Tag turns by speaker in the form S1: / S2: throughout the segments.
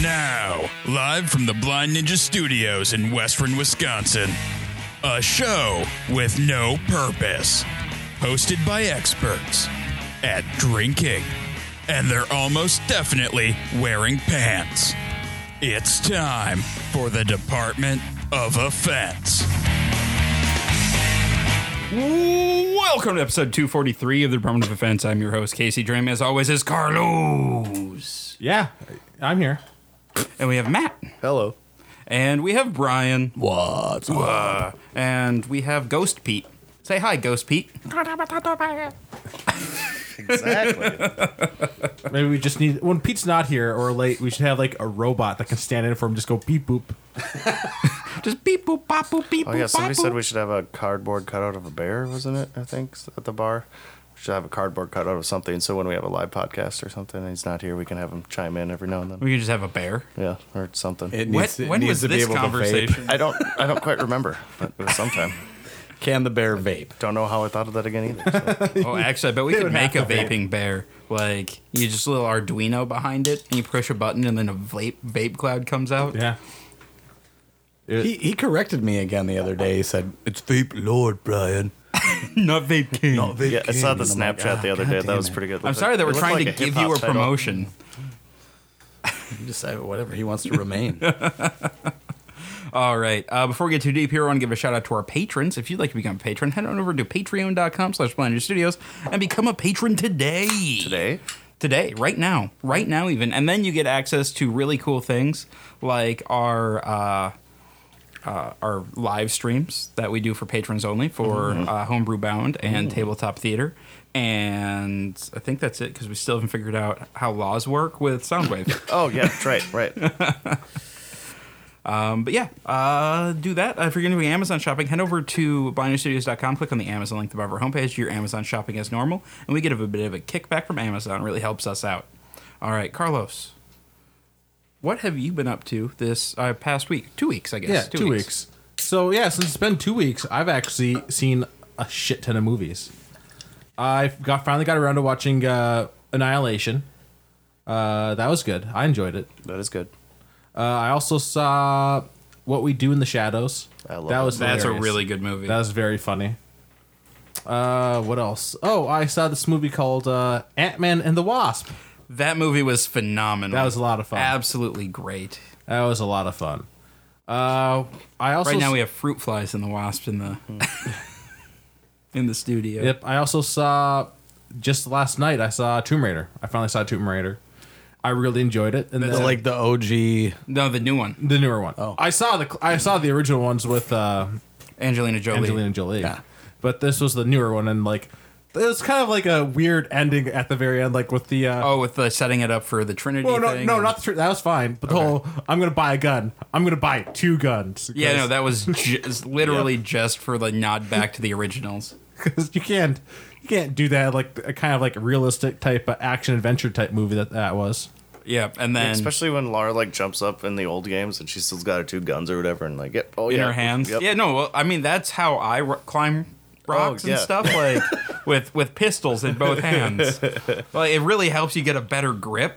S1: Now, live from the Blind Ninja Studios in Western Wisconsin, a show with no purpose, hosted by experts at drinking, and they're almost definitely wearing pants. It's time for the Department of Offense.
S2: Welcome to episode 243 of the Department of Defense. I'm your host, Casey Dream. As always, is Carlos.
S3: Yeah, I'm here.
S2: And we have Matt.
S4: Hello.
S2: And we have Brian. What's up? And we have Ghost Pete. Say hi, Ghost Pete.
S4: Exactly.
S3: Maybe we just need when Pete's not here or late, we should have like a robot that can stand in for him, just go beep boop.
S2: Just beep boop bop boop beep
S4: oh
S2: boop.
S4: yeah, somebody
S2: bop,
S4: said
S2: boop.
S4: we should have a cardboard cutout of a bear, wasn't it? I think s- at the bar. We should have a cardboard cutout of something so when we have a live podcast or something and he's not here, we can have him chime in every now and then.
S2: we could just have a bear.
S4: Yeah, or something.
S5: It
S2: When-
S5: needs, to,
S2: when
S5: needs
S2: was
S5: to be
S2: this
S5: able to
S2: conversation?
S4: I don't I don't quite remember, but it was sometime.
S5: vape. Can the bear vape?
S4: Don't know how I thought of that again either. so.
S2: Oh, actually, I bet we could make a vaping bear. Like you just a little Arduino behind it, and you push a button, and then a vape vape cloud comes out.
S3: Yeah.
S5: He, he corrected me again the other day. He said, It's vape lord, Brian.
S2: Not vape king.
S5: Oh, Not vape
S4: Yeah, I saw
S5: king."
S4: the
S5: And I'm like,
S4: Snapchat
S5: "Ah,
S4: the other
S5: God
S4: day. That
S5: damn
S4: was
S5: it."
S4: pretty good.
S2: I'm sorry that we're
S4: It looked
S2: trying
S4: like
S2: to give
S4: hip-hop
S2: you a
S4: title.
S2: promotion.
S5: He decided whatever he wants to remain.
S2: All right. Uh, before we get too deep here, I want to give a shout out to our patrons. If you'd like to become a patron, head on over to patreon.com slash Blender Studios and become a patron today.
S4: Today?
S2: Today, right now. Right now even. And then you get access to really cool things like our uh, uh, our live streams that we do for patrons only for uh, Homebrew Bound and Tabletop Theater. And I think that's it because we still haven't figured out how laws work with Soundwave.
S4: Oh yeah, that's right, right.
S2: But yeah, uh, do that. Uh, if you're going to be Amazon shopping, head over to blindnewstudios.com, click on the Amazon link above our homepage, do your Amazon shopping as normal, and we get a bit of a kickback from Amazon. really helps us out. All right, Carlos, what have you been up to this uh, past week? Two weeks, I guess.
S3: Yeah, two, weeks. So yeah, since it's been two weeks, I've actually seen a shit ton of movies. I got finally got around to watching uh, Annihilation. Uh, that was good. I enjoyed it.
S4: That is good.
S3: Uh, I also saw What We Do in the Shadows.
S4: I love
S3: that
S4: it.
S3: was
S2: That's a
S3: hilarious.
S2: really good movie.
S3: That was very funny. Uh, what else? Oh, I saw this movie called uh, Ant Man and the Wasp.
S2: that movie was phenomenal.
S3: That was a lot of fun.
S2: Absolutely great.
S3: That was a lot of fun. Uh, I also
S2: Right now we have fruit flies and the wasps in the in the studio.
S3: Hmm. Yep. I also saw just last night. I saw Tomb Raider. I finally saw Tomb Raider. I really enjoyed it. And
S5: It's
S3: then,
S5: like the OG.
S2: No, the new one,
S3: the newer one. Oh, I saw the I saw the original ones with uh,
S2: Angelina Jolie.
S3: Angelina Jolie.
S5: Yeah.
S3: But this was the newer one, and like it was kind of like a weird ending at the very end, like with the. Uh,
S2: Oh, with the setting it up for the Trinity.
S3: Well, no,
S2: thing
S3: no,
S2: and-
S3: not the truth. That was fine. But the whole, I'm gonna buy a gun. I'm gonna buy two guns.
S2: Yeah, no, that was just, literally just for the nod back to the originals.
S3: because you can't, you can't do that. Like a kind of like realistic type, uh, action adventure type movie that that was.
S2: Yeah, and then
S4: Especially when Lara like jumps up in the old games and she still's got her two guns or whatever and like yep oh
S2: in
S4: yeah
S2: her hands.
S4: yep. Oh,
S2: Yeah, no, well, I mean that's how I ro- climb rocks
S4: yeah.
S2: and stuff like with with pistols in both hands. like it really helps you get a better grip.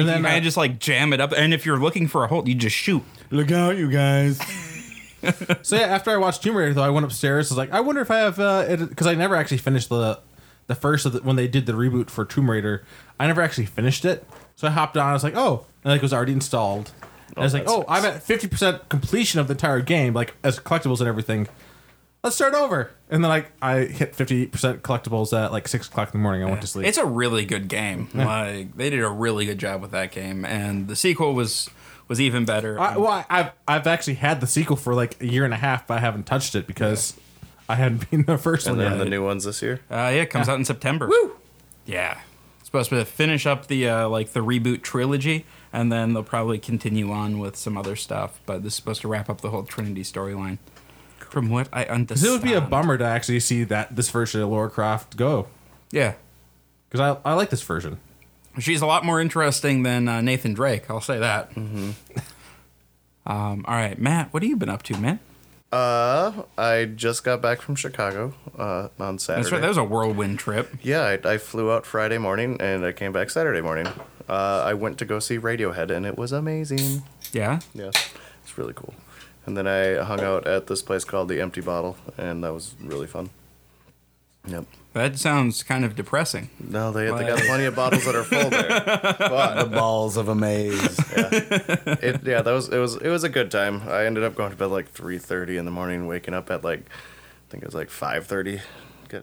S2: And
S3: then,
S2: then you
S3: uh,
S2: kind of just like jam it up, and if you're looking for a hole, you just shoot.
S5: Look out, you guys.
S3: So yeah, after I watched Tomb Raider, though, I went upstairs. I was like, I wonder if I have because I never actually finished the the first of the, when they did the reboot for Tomb Raider. I never actually finished it, so I hopped on. I was like, oh, and like it was already installed. And I was like,
S4: that's
S3: oh, I'm at fifty percent completion of the entire game, like as collectibles and everything. Let's start over. And then like I hit fifty percent collectibles at like six o'clock in the morning. I went to sleep.
S2: It's a really good game. Like they did a really good job with that game, and the sequel was was even better.
S3: I, well, I- Mm. I've I've actually had the sequel for like a year and a half, but I haven't touched it because I hadn't been the first
S4: And
S3: one.
S4: then
S3: yet.
S4: the new ones this year.
S2: Uh, yeah, it comes out in September. Woo! Yeah, it's supposed to finish up the uh, like the reboot trilogy, and then they'll probably continue on with some other stuff. But this is supposed to wrap up the whole Trinity storyline. From what I
S3: Because
S2: understand,
S3: it would be a bummer to actually see that this version of Laura Croft go.
S2: Yeah,
S3: Because I, I like this version.
S2: she's a lot more interesting than uh, Nathan Drake. I'll say that. Mm-hmm. um, all right, Matt, what have you been up to, man? Uh-huh.
S4: Uh, I just got back from Chicago uh, on Saturday.
S2: That's right. That was a whirlwind trip.
S4: yeah, I, I flew out Friday morning and I came back Saturday morning. Uh, Uh, I went to go see Radiohead, and it was amazing.
S2: Yeah.
S4: Yeah, it's really cool. And then I hung out at this place called the Empty Bottle, and that was really fun. Yep.
S2: That sounds kind of depressing.
S4: No, they they got
S2: Wow.
S4: plenty of bottles that are full there. But
S5: Balls of a maze.
S4: it, yeah, that was it was it was a good time. I ended up going to bed like three thirty in the morning, waking up at like I think it was like five thirty.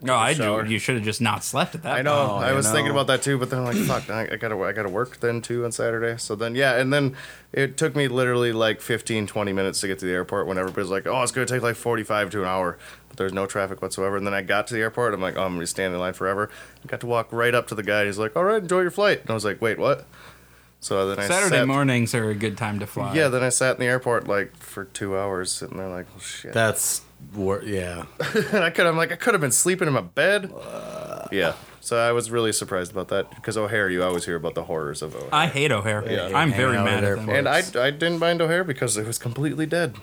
S2: No, I do. You should have just not slept at that.
S4: I know.
S5: Oh,
S4: I
S5: I
S4: was
S5: know.
S4: thinking about that too, but then I'm like, fuck, I, I gotta I gotta work then too on Saturday. So then yeah, and then it took me literally like 15, 20 minutes to get to the airport when everybody's like, oh, it's gonna take like forty five to an hour. But there's no traffic whatsoever. And then I got to the airport. I'm like, oh, I'm gonna be standing in line forever. I got to walk right up to the guy. He's like, all right, enjoy your flight. And I was like, wait, what? So then I
S2: Saturday
S4: sat-
S2: mornings are a good time to fly.
S4: Yeah, then I sat in the airport like for two hours sitting there like, oh, shit.
S5: That's wor- yeah.
S4: And I could. I'm like, I could have been sleeping in my bed. yeah. So I was really surprised about that because O'Hare, you always hear about the horrors of O'Hare.
S2: I hate O'Hare.
S4: Yeah.
S2: I'm very
S5: Hanging out
S2: mad at
S5: at
S2: them.
S5: airports.
S4: and I, I didn't mind O'Hare because it was completely dead.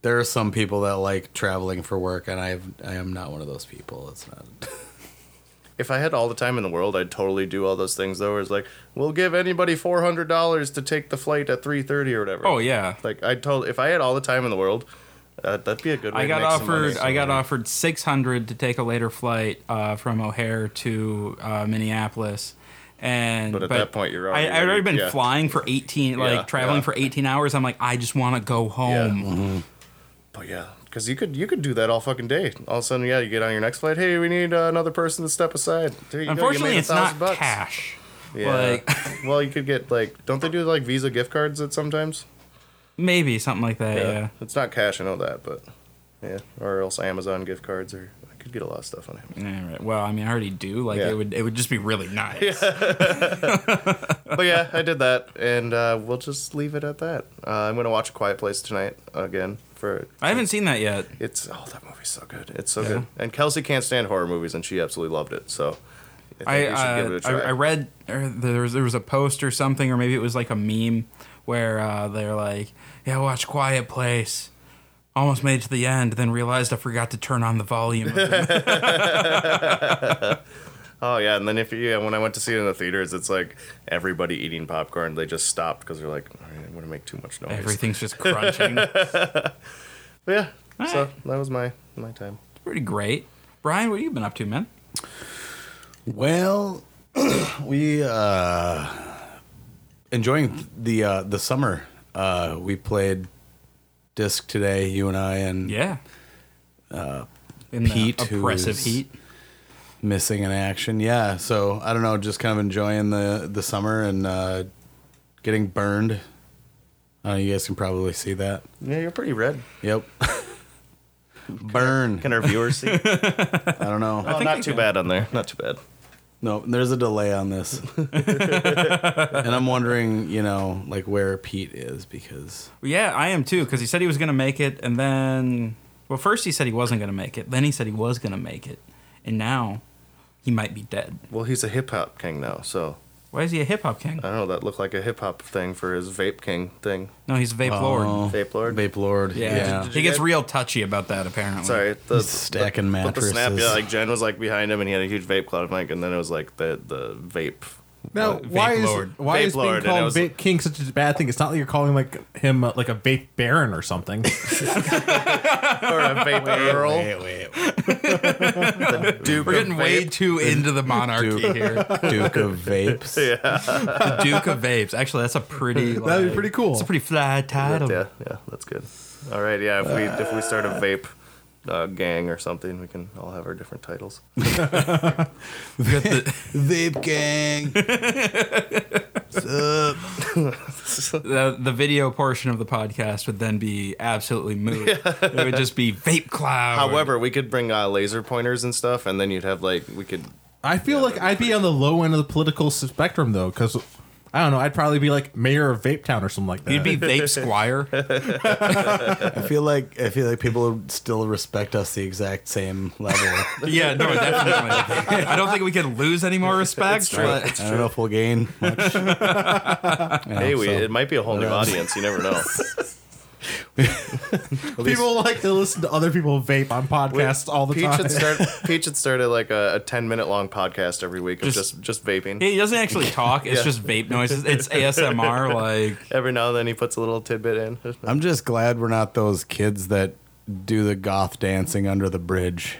S5: There are some people that like traveling for work, and I have, I am not one of those people. It's not.
S4: if I had all the time in the world, I'd totally do all those things. Though, where it's like, we'll give anybody four hundred dollars to take the flight at three thirty or whatever.
S2: Oh yeah.
S4: Like I told, if I had all the time in the world, uh, that'd be a good. Way
S2: I
S4: to
S2: got
S4: make some money.
S2: offered. I got offered six hundred to take a later flight uh, from O'Hare to uh, Minneapolis, and
S4: But at that point, you're already
S2: I, I'd already been
S4: yeah.
S2: flying for eighteen, like
S4: Yeah,
S2: traveling
S4: yeah.
S2: for eighteen hours. I'm like, I just want to go home.
S4: But yeah, because you could you could do that all fucking day. All of a sudden, yeah, you get on your next flight. Hey, we need uh, another person to step aside. There you go, you
S2: Unfortunately,
S4: made a
S2: it's not
S4: thousand bucks.
S2: cash.
S4: Yeah.
S2: Like
S4: well, you could get like, don't they do like Visa gift cards at sometimes?
S2: maybe something like that. Yeah.
S4: It's not cash, I know that, but yeah, or else Amazon gift cards, or I could get a lot of stuff on Amazon.
S2: All right. Well, I mean, I already do. Like
S4: Yeah.
S2: it would. It would just be really nice.
S4: but yeah, I did that, and uh, we'll just leave it at that. Uh, I'm gonna watch A Quiet Place tonight again for.
S2: I haven't seen that yet.
S4: It's oh that movie's so good. It's so good. And Kelsey can't stand horror movies, and she absolutely loved it. So think
S2: I,
S4: you should
S2: uh,
S4: give it a
S2: I
S4: try.
S2: I read or there was, there was a post or something, or maybe it was like a meme where uh, they're like, "Yeah, watch Quiet Place." Almost made it to the end, then realized I forgot to turn on the volume.
S4: Oh yeah, and then if you yeah, when I went to see it in the theaters, it's like everybody eating popcorn. They just stopped because they're like, All right, I'm gonna make too much noise.
S2: Everything's just crunching.
S4: But yeah.
S2: All
S4: so
S2: right.
S4: that was my my time.
S2: Pretty great. Brian, what have you been up to, man?
S5: Well, we uh, enjoying the uh, the summer. Uh, we played disc today, you and I, and
S2: Yeah. Uh, In the
S5: Pete, who
S2: oppressive
S5: is-
S2: heat.
S5: missing in action. Yeah, so I don't know, just kind of enjoying the the summer and uh, getting burned. Uh, you guys can probably see that.
S4: Yeah, you're pretty red.
S5: Yep. Burn.
S4: Can our viewers see? oh,
S5: I don't know.
S2: think they
S4: not too
S2: can.
S4: bad on there. Not too bad.
S5: No, there's a delay on this. and I'm wondering, you know, like where Pete is because
S2: Yeah, I am too, because he said he was going to make it, and then, well, first he said he wasn't going to make it, then he said he was going to make it, and now he might be dead.
S4: Well, he's a hip hop king now, so
S2: Why is he a hip hop king?
S4: I don't know. That looked like a hip hop thing for his vape king thing.
S2: No, he's a vape
S5: Oh,
S2: lord.
S4: Vape lord.
S5: Vape Lord.
S2: Yeah,
S5: Yeah.
S2: he gets real touchy about that apparently.
S4: Sorry, the
S5: He's stacking
S4: the- but The snap,
S5: mattresses.
S4: yeah, like Jen was like behind him, and he had a huge vape cloud mic, and then it was like the the vape.
S3: Now, why is
S2: lord.
S3: why
S4: Uh, Vape
S3: is
S4: lord,
S3: being
S4: and it
S3: called
S4: was-
S3: Vape King such a bad thing? It's not like you're calling like him uh, like a vape baron or something.
S4: Or a vape earl.
S5: Wait, wait, wait.
S4: The Duke
S2: We're
S4: of
S2: getting way
S4: Vape.
S2: too into the monarchy
S5: Duke.
S2: here.
S5: Duke of Vapes.
S2: The Duke of Vapes. Actually, that's a pretty. Like,
S3: That'd be pretty cool.
S2: It's a pretty fly title.
S4: Yeah, yeah, that's good. All right, yeah. If we if we start a vape uh, gang or something, we can all have our different titles.
S2: Got the-
S5: Vape gang.
S2: the, the video portion of the podcast would then be absolutely moot. It would just be vape cloud.
S4: However, we could bring uh, laser pointers and stuff, and then you'd have like we could.
S3: I feel like I'd be on the low end of the political spectrum though, because I don't know. I'd probably be like mayor of Vape Town or something like that.
S2: you'd be vape squire.
S5: I feel like I feel like people would still respect us the exact same level.
S2: yeah, no, definitely. I don't think we can lose any more respect. but-
S5: I don't know if we'll gain much. You know,
S4: Hey, we,
S5: so
S4: it might be a whole new
S5: Yeah.
S4: audience. You never know.
S3: people like to listen to other people vape on podcasts all the
S4: Peach
S3: time.
S4: Had start, Peach had started like a, a ten minute long podcast every week of
S2: Just-
S4: just just vaping.
S2: He doesn't actually talk. It's just vape noises. It's ASMR. Like
S4: every now and then he puts a little tidbit in.
S5: I'm just glad we're not those kids that do the goth dancing under the bridge.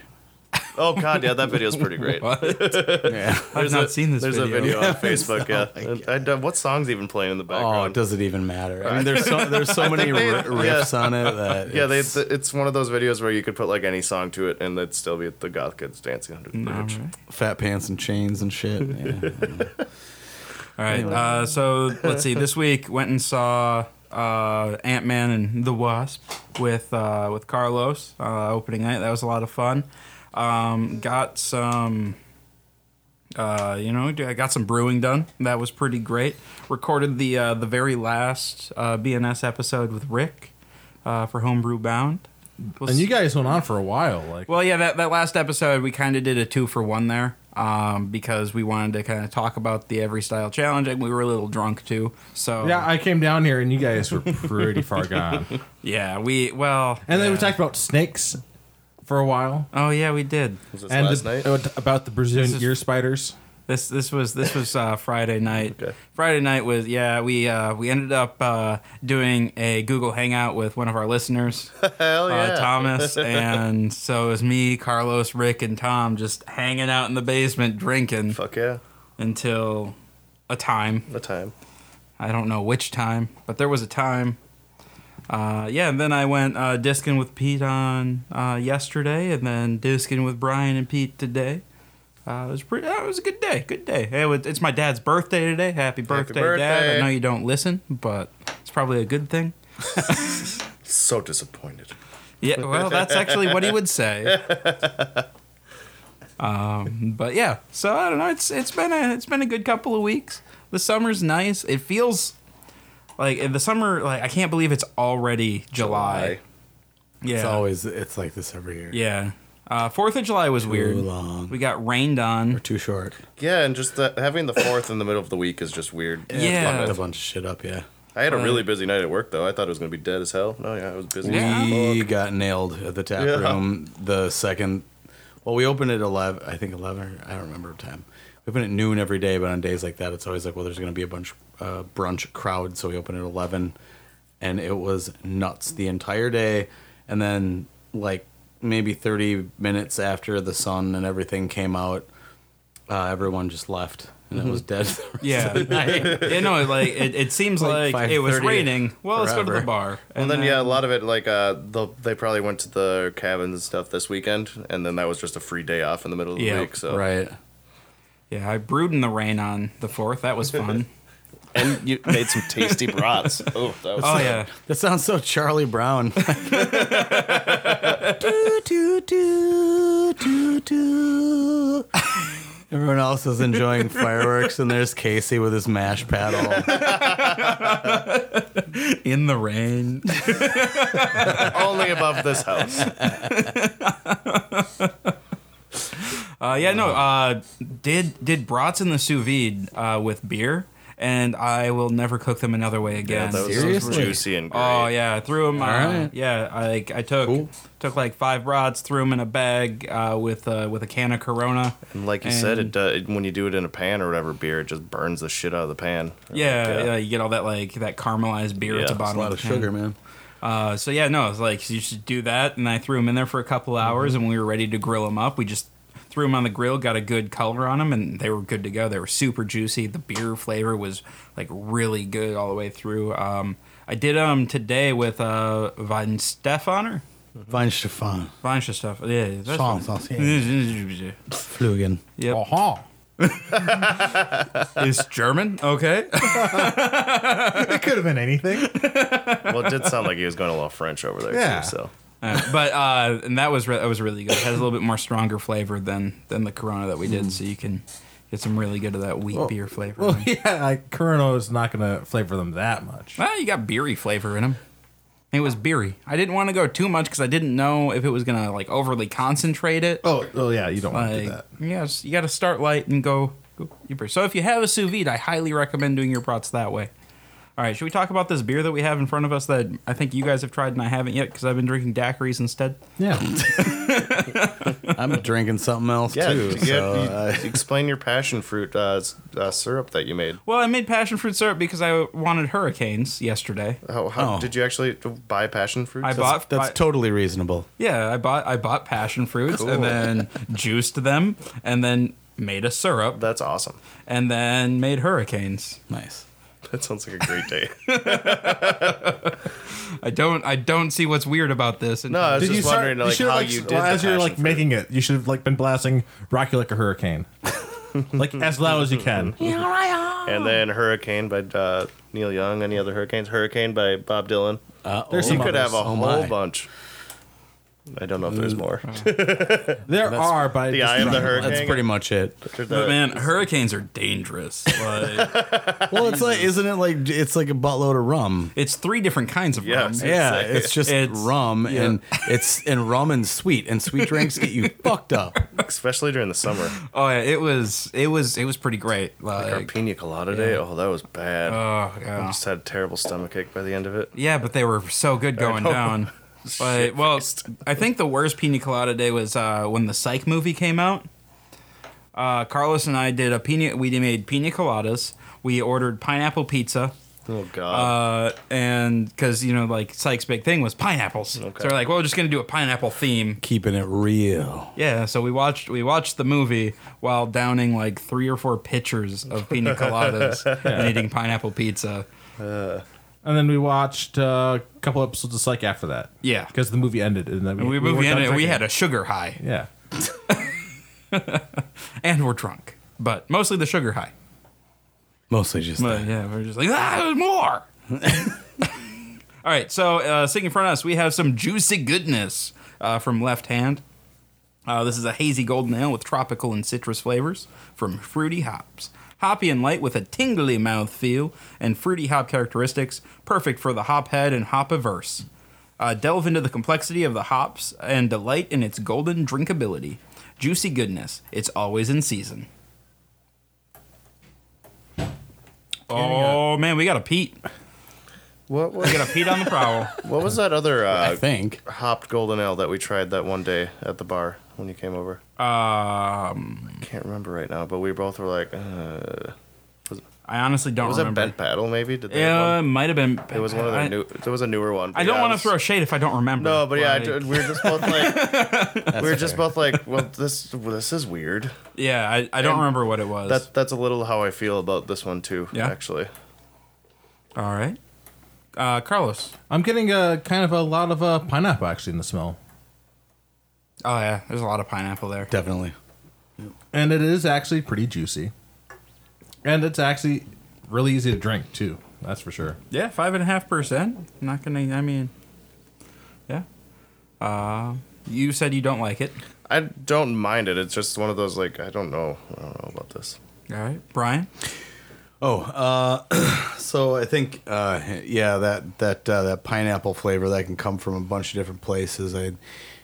S4: oh god, yeah, that video's pretty great.
S5: Yeah.
S2: I've not seen this
S4: There's
S2: video.
S4: a video on Facebook. Yeah, I, don't- what song's even playing in the
S5: Oh,
S4: background?
S5: does it even matter? I mean, there's so there's so many
S4: they-
S5: ri riffs on it that
S4: yeah, they,
S5: it's-
S4: th- it's one of those videos where you could put like any song to it and it'd still be the goth kids dancing under the bridge.
S2: Alright.
S5: fat pants and chains and shit. Yeah.
S2: All right. Uh, so let's see. This week went and saw uh, Ant Man and the Wasp with uh, with Carlos uh, opening night. That was a lot of fun. Um, got some. Uh, you know, I got some brewing done. That was pretty great. Recorded the uh, the very last uh, BNS episode with Rick uh, for Homebrew Bound. We'll
S3: and you
S2: s-
S3: guys went on for a while. Like,
S2: well, yeah, that, that last episode, we kind of did a two for one there um, because we wanted to kind of talk about the Every Style Challenge, and we were a little drunk too.
S4: Oh.
S2: So,
S3: yeah, I came down here and you guys were pretty far gone. And
S2: yeah, we, well.
S3: then we
S2: yeah.
S3: talked about snakes for a while.
S2: Oh, yeah, we did.
S4: Was this
S3: and
S4: last
S3: the-
S4: night?
S3: uh, about the Brazilian
S2: is-
S3: ear spiders.
S2: This this was this was uh, Friday night. Friday night was yeah we uh, we ended up uh, doing a Google Hangout with one of our listeners,
S4: Hell yeah.
S2: uh, Thomas, and so it was me, Carlos, Rick, and Tom just hanging out in the basement drinking
S4: Fuck yeah,
S2: until a time.
S4: the time.
S2: I don't know which time, but there was a time. Uh, yeah, and then I went uh, disking with Pete on uh, yesterday, and then disking with Brian and Pete today. Uh, it was pretty. Uh, it was a good day. Good day. Hey, it- it's my dad's birthday today. Happy birthday, Dad! I
S4: birthday.
S2: know you don't listen, but it's probably a good thing.
S4: So disappointed.
S2: Yeah, well, that's actually what he would say. Um, but yeah, so I don't know. It's it's been a it's been a good couple of weeks. The summer's nice. It feels like in the summer. Like I can't believe it's already July. Yeah,
S5: It's always it's like this every year.
S2: yeah. Uh, Fourth of July was weird.
S5: long.
S2: We got rained on.
S5: Too short.
S4: Yeah, and just the, having the fourth in the middle of the week is just weird.
S2: Yeah.
S5: Fucked a bunch of shit up. Yeah.
S4: I had a really busy night at work though. I thought it was gonna be dead as hell. No, yeah, I was busy.
S2: Yeah.
S5: We got nailed at the tap
S4: Yeah.
S5: room the second. Well, we opened at eleven. I think eleven. I don't remember the time. We open at noon every day, but on days like that, it's always like, well, there's going to be a bunch uh, brunch crowd, so we open at eleven, and it was nuts the entire day. And then like maybe thirty minutes after the sun and everything came out, uh, everyone just left, and
S4: Mm-hmm.
S5: it was dead.
S2: Yeah, you know, like it, it seems
S5: Like
S2: like, it was
S5: 5:30
S2: raining. Well, let's go to the
S5: forever.
S2: bar.
S4: And then yeah, a lot of it like uh, the, they probably went to the cabins and stuff this weekend, and then that was just a free day off in the middle of the
S2: Yeah,
S4: week. So
S5: right.
S2: yeah, I brewed in the rain on the fourth. That was fun.
S4: and you made some tasty brats. Oh, that was
S2: oh yeah.
S5: That sounds so Charlie Brown. Doo, doo, doo, doo, doo. Everyone else is enjoying fireworks, and there's Casey with his mash paddle.
S2: In the rain.
S4: only above this house.
S2: Uh, yeah, no. Uh, did did brats in the sous vide uh, with beer, and I will never cook them another way again.
S4: That was
S5: Seriously?
S4: juicy and great.
S2: oh yeah, I threw them. Uh,
S5: Alright.
S2: Yeah, I like, I took
S5: Cool.
S2: took like five brats, threw them in a bag uh, with uh, with a can of Corona.
S4: And like you said, it, uh, it when you do it in a pan or whatever beer, it just burns the shit out of the pan.
S2: Yeah,
S4: Like,
S2: yeah,
S4: uh,
S2: you get all that like that caramelized beer at
S4: Yeah,
S2: the
S4: it's a
S5: A
S2: bottom.
S5: lot
S2: the
S5: of
S2: can.
S5: sugar, man.
S2: Uh, so yeah, no, it's like you should do that, and I threw them in there for a couple
S3: Mm-hmm.
S2: hours, and we were ready to grill them up. We just threw them on the grill, got a good color on them, and they were good to go. They were super juicy. The beer flavor was like really good all the way through. Um, I did um today with uh Weinstefaner,
S5: Vine Stefan.
S2: Weinstefan. Yeah, that's
S5: Song,
S2: fine.
S5: song, yeah. Flugen.
S2: Yep.
S3: Uh-huh.
S2: It's German. Okay.
S3: It could have been anything.
S4: well, it did sound like he was going a little French over there
S3: Yeah.
S4: too. So
S2: Uh, but uh, and that was re- that was really good. It has a little bit more stronger flavor than than the Corona that we did, so you can get some really good of that wheat beer flavor.
S3: Mm. Well, yeah, like Corona is not going to flavor them that much.
S2: Well, you got beery flavor in them. It was beery. I didn't want to go too much because I didn't know if it was gonna like overly concentrate it.
S3: Oh, oh yeah, you don't want to do
S2: like,
S3: that.
S2: yes, you got to start light and go, go deeper. So if you have a sous vide, I highly recommend doing your brats that way. All right, should we talk about this beer that we have in front of us that I think you guys have tried and I haven't yet because I've been drinking daiquiris instead?
S3: Yeah.
S5: I'm drinking something else
S4: Yeah,
S5: too.
S4: to get-
S5: so,
S4: you-
S5: uh,
S4: explain your passion fruit uh, s- uh, syrup that you made.
S2: Well, I made passion fruit syrup because I wanted hurricanes yesterday.
S4: How, how
S5: Oh.
S4: did you actually buy passion fruit?
S2: I
S4: That's-
S2: bought
S5: that's
S2: I-
S5: totally reasonable.
S2: Yeah, I bought I bought passion fruits and then juiced them and then made a syrup
S4: That's awesome.
S2: and then made hurricanes.
S5: Nice.
S4: That sounds like a great day.
S2: I don't I don't see what's weird about this.
S4: No, I was
S3: Did
S4: just
S3: you start?
S4: wondering like,
S3: should
S4: how
S3: like,
S4: you did
S3: well,
S4: the
S3: as you're
S4: passion
S3: like
S4: fruit.
S3: making it. You should have like been blasting "Rocky Like a Hurricane," like as loud as you can.
S4: Mm-hmm. and then Hurricane by uh, Neil Young. Any other hurricanes? Hurricane by Bob Dylan.
S5: Uh,
S3: There's
S4: you
S3: some
S4: could have a
S5: others.
S4: whole
S5: Oh, my. Mm.
S4: bunch. I don't know if there's more.
S3: There are, but
S4: the
S3: just-
S4: Eye of the Hurricane.
S5: That's pretty much it.
S4: There's
S2: but
S4: the-
S2: man, hurricanes are dangerous. Like,
S5: Well, it's like, isn't it like it's like a buttload of rum?
S2: it's three different kinds of
S4: Yes.
S2: rum.
S5: Yeah,
S4: like-
S5: it's just
S2: It's-
S5: rum and it's and rum and sweet and sweet drinks get you fucked up.
S4: especially during the summer.
S2: Oh yeah, it was it was it was pretty great.
S4: Our
S2: Like,
S4: pina colada day. Oh, that was bad.
S5: Uh,
S2: oh
S4: I
S2: yeah.
S4: just had a terrible stomach ache by the end of it.
S2: Yeah, but they were so good going
S4: know.
S2: down. But, well, I think the worst pina colada day was uh, when the Psych movie came out. Uh, Carlos and I did a pina. We made pina coladas. We ordered pineapple pizza.
S4: Oh God.
S2: Uh, and because you know, like Psych's big thing was pineapples, so we're like, well, we're just gonna do a pineapple theme.
S5: Keeping it real.
S2: Yeah, so we watched we watched the movie while downing like three or four pitchers of pina coladas and eating pineapple pizza.
S3: And then we watched uh, a couple episodes of Psych after that.
S2: Yeah.
S3: because the movie ended, and then we,
S2: And we moved
S3: weren't
S2: in
S3: done
S2: and we
S3: drinking.
S2: had a sugar high.
S3: yeah.
S2: and we're drunk, but mostly the sugar high.
S5: Mostly just
S2: But
S5: that.
S2: yeah, we're just like ah, there's more. All right, so uh, sitting in front of us, we have some juicy goodness uh, from Left Hand. Uh, this is a hazy golden ale with tropical and citrus flavors from fruity hops. Hoppy and light with a tingly mouthfeel and fruity hop characteristics, perfect for the hop head and hop averse. Uh, delve into the complexity of the hops and delight in its golden drinkability. Juicy goodness, it's always in season. Oh man, we got a Pete.
S4: what
S2: We
S4: was
S2: got a Pete on the prowl.
S4: what was that other
S5: I
S4: uh,
S5: think.
S4: hopped golden ale that we tried that one day at the bar when you came over?
S2: Um,
S4: I can't remember right now, but we both were like, uh,
S2: I honestly don't
S4: was that
S2: remember.
S4: Bent Battle maybe? Did they have
S2: Yeah,
S4: one?
S2: it might have been.
S4: It was one of their
S2: I,
S4: new. There was a newer one.
S2: I don't want to throw shade if I don't remember.
S4: No, but yeah, I
S2: Like,
S4: did- we were just both like, we were just
S5: fair.
S4: both like, well, this well, this is weird.
S2: yeah, I, I don't remember what it was.
S4: That that's a little how I feel about this one too.
S2: Yeah?
S4: actually.
S2: All right, uh, Carlos.
S3: I'm getting a kind of a lot of uh, pineapple actually in the smell,
S2: Oh yeah, there's a lot of pineapple there.
S5: Definitely.
S3: and it is actually pretty juicy, and it's actually really easy to drink too. That's for sure.
S2: Yeah, five and a half percent. Not gonna. I mean, yeah. Uh, you said you don't like it.
S4: I don't mind it. It's just one of those like I don't know. I don't know about this.
S2: All right, Brian.
S5: Oh, uh, so I think uh, yeah, that that uh, that pineapple flavor that can come from a bunch of different places. I,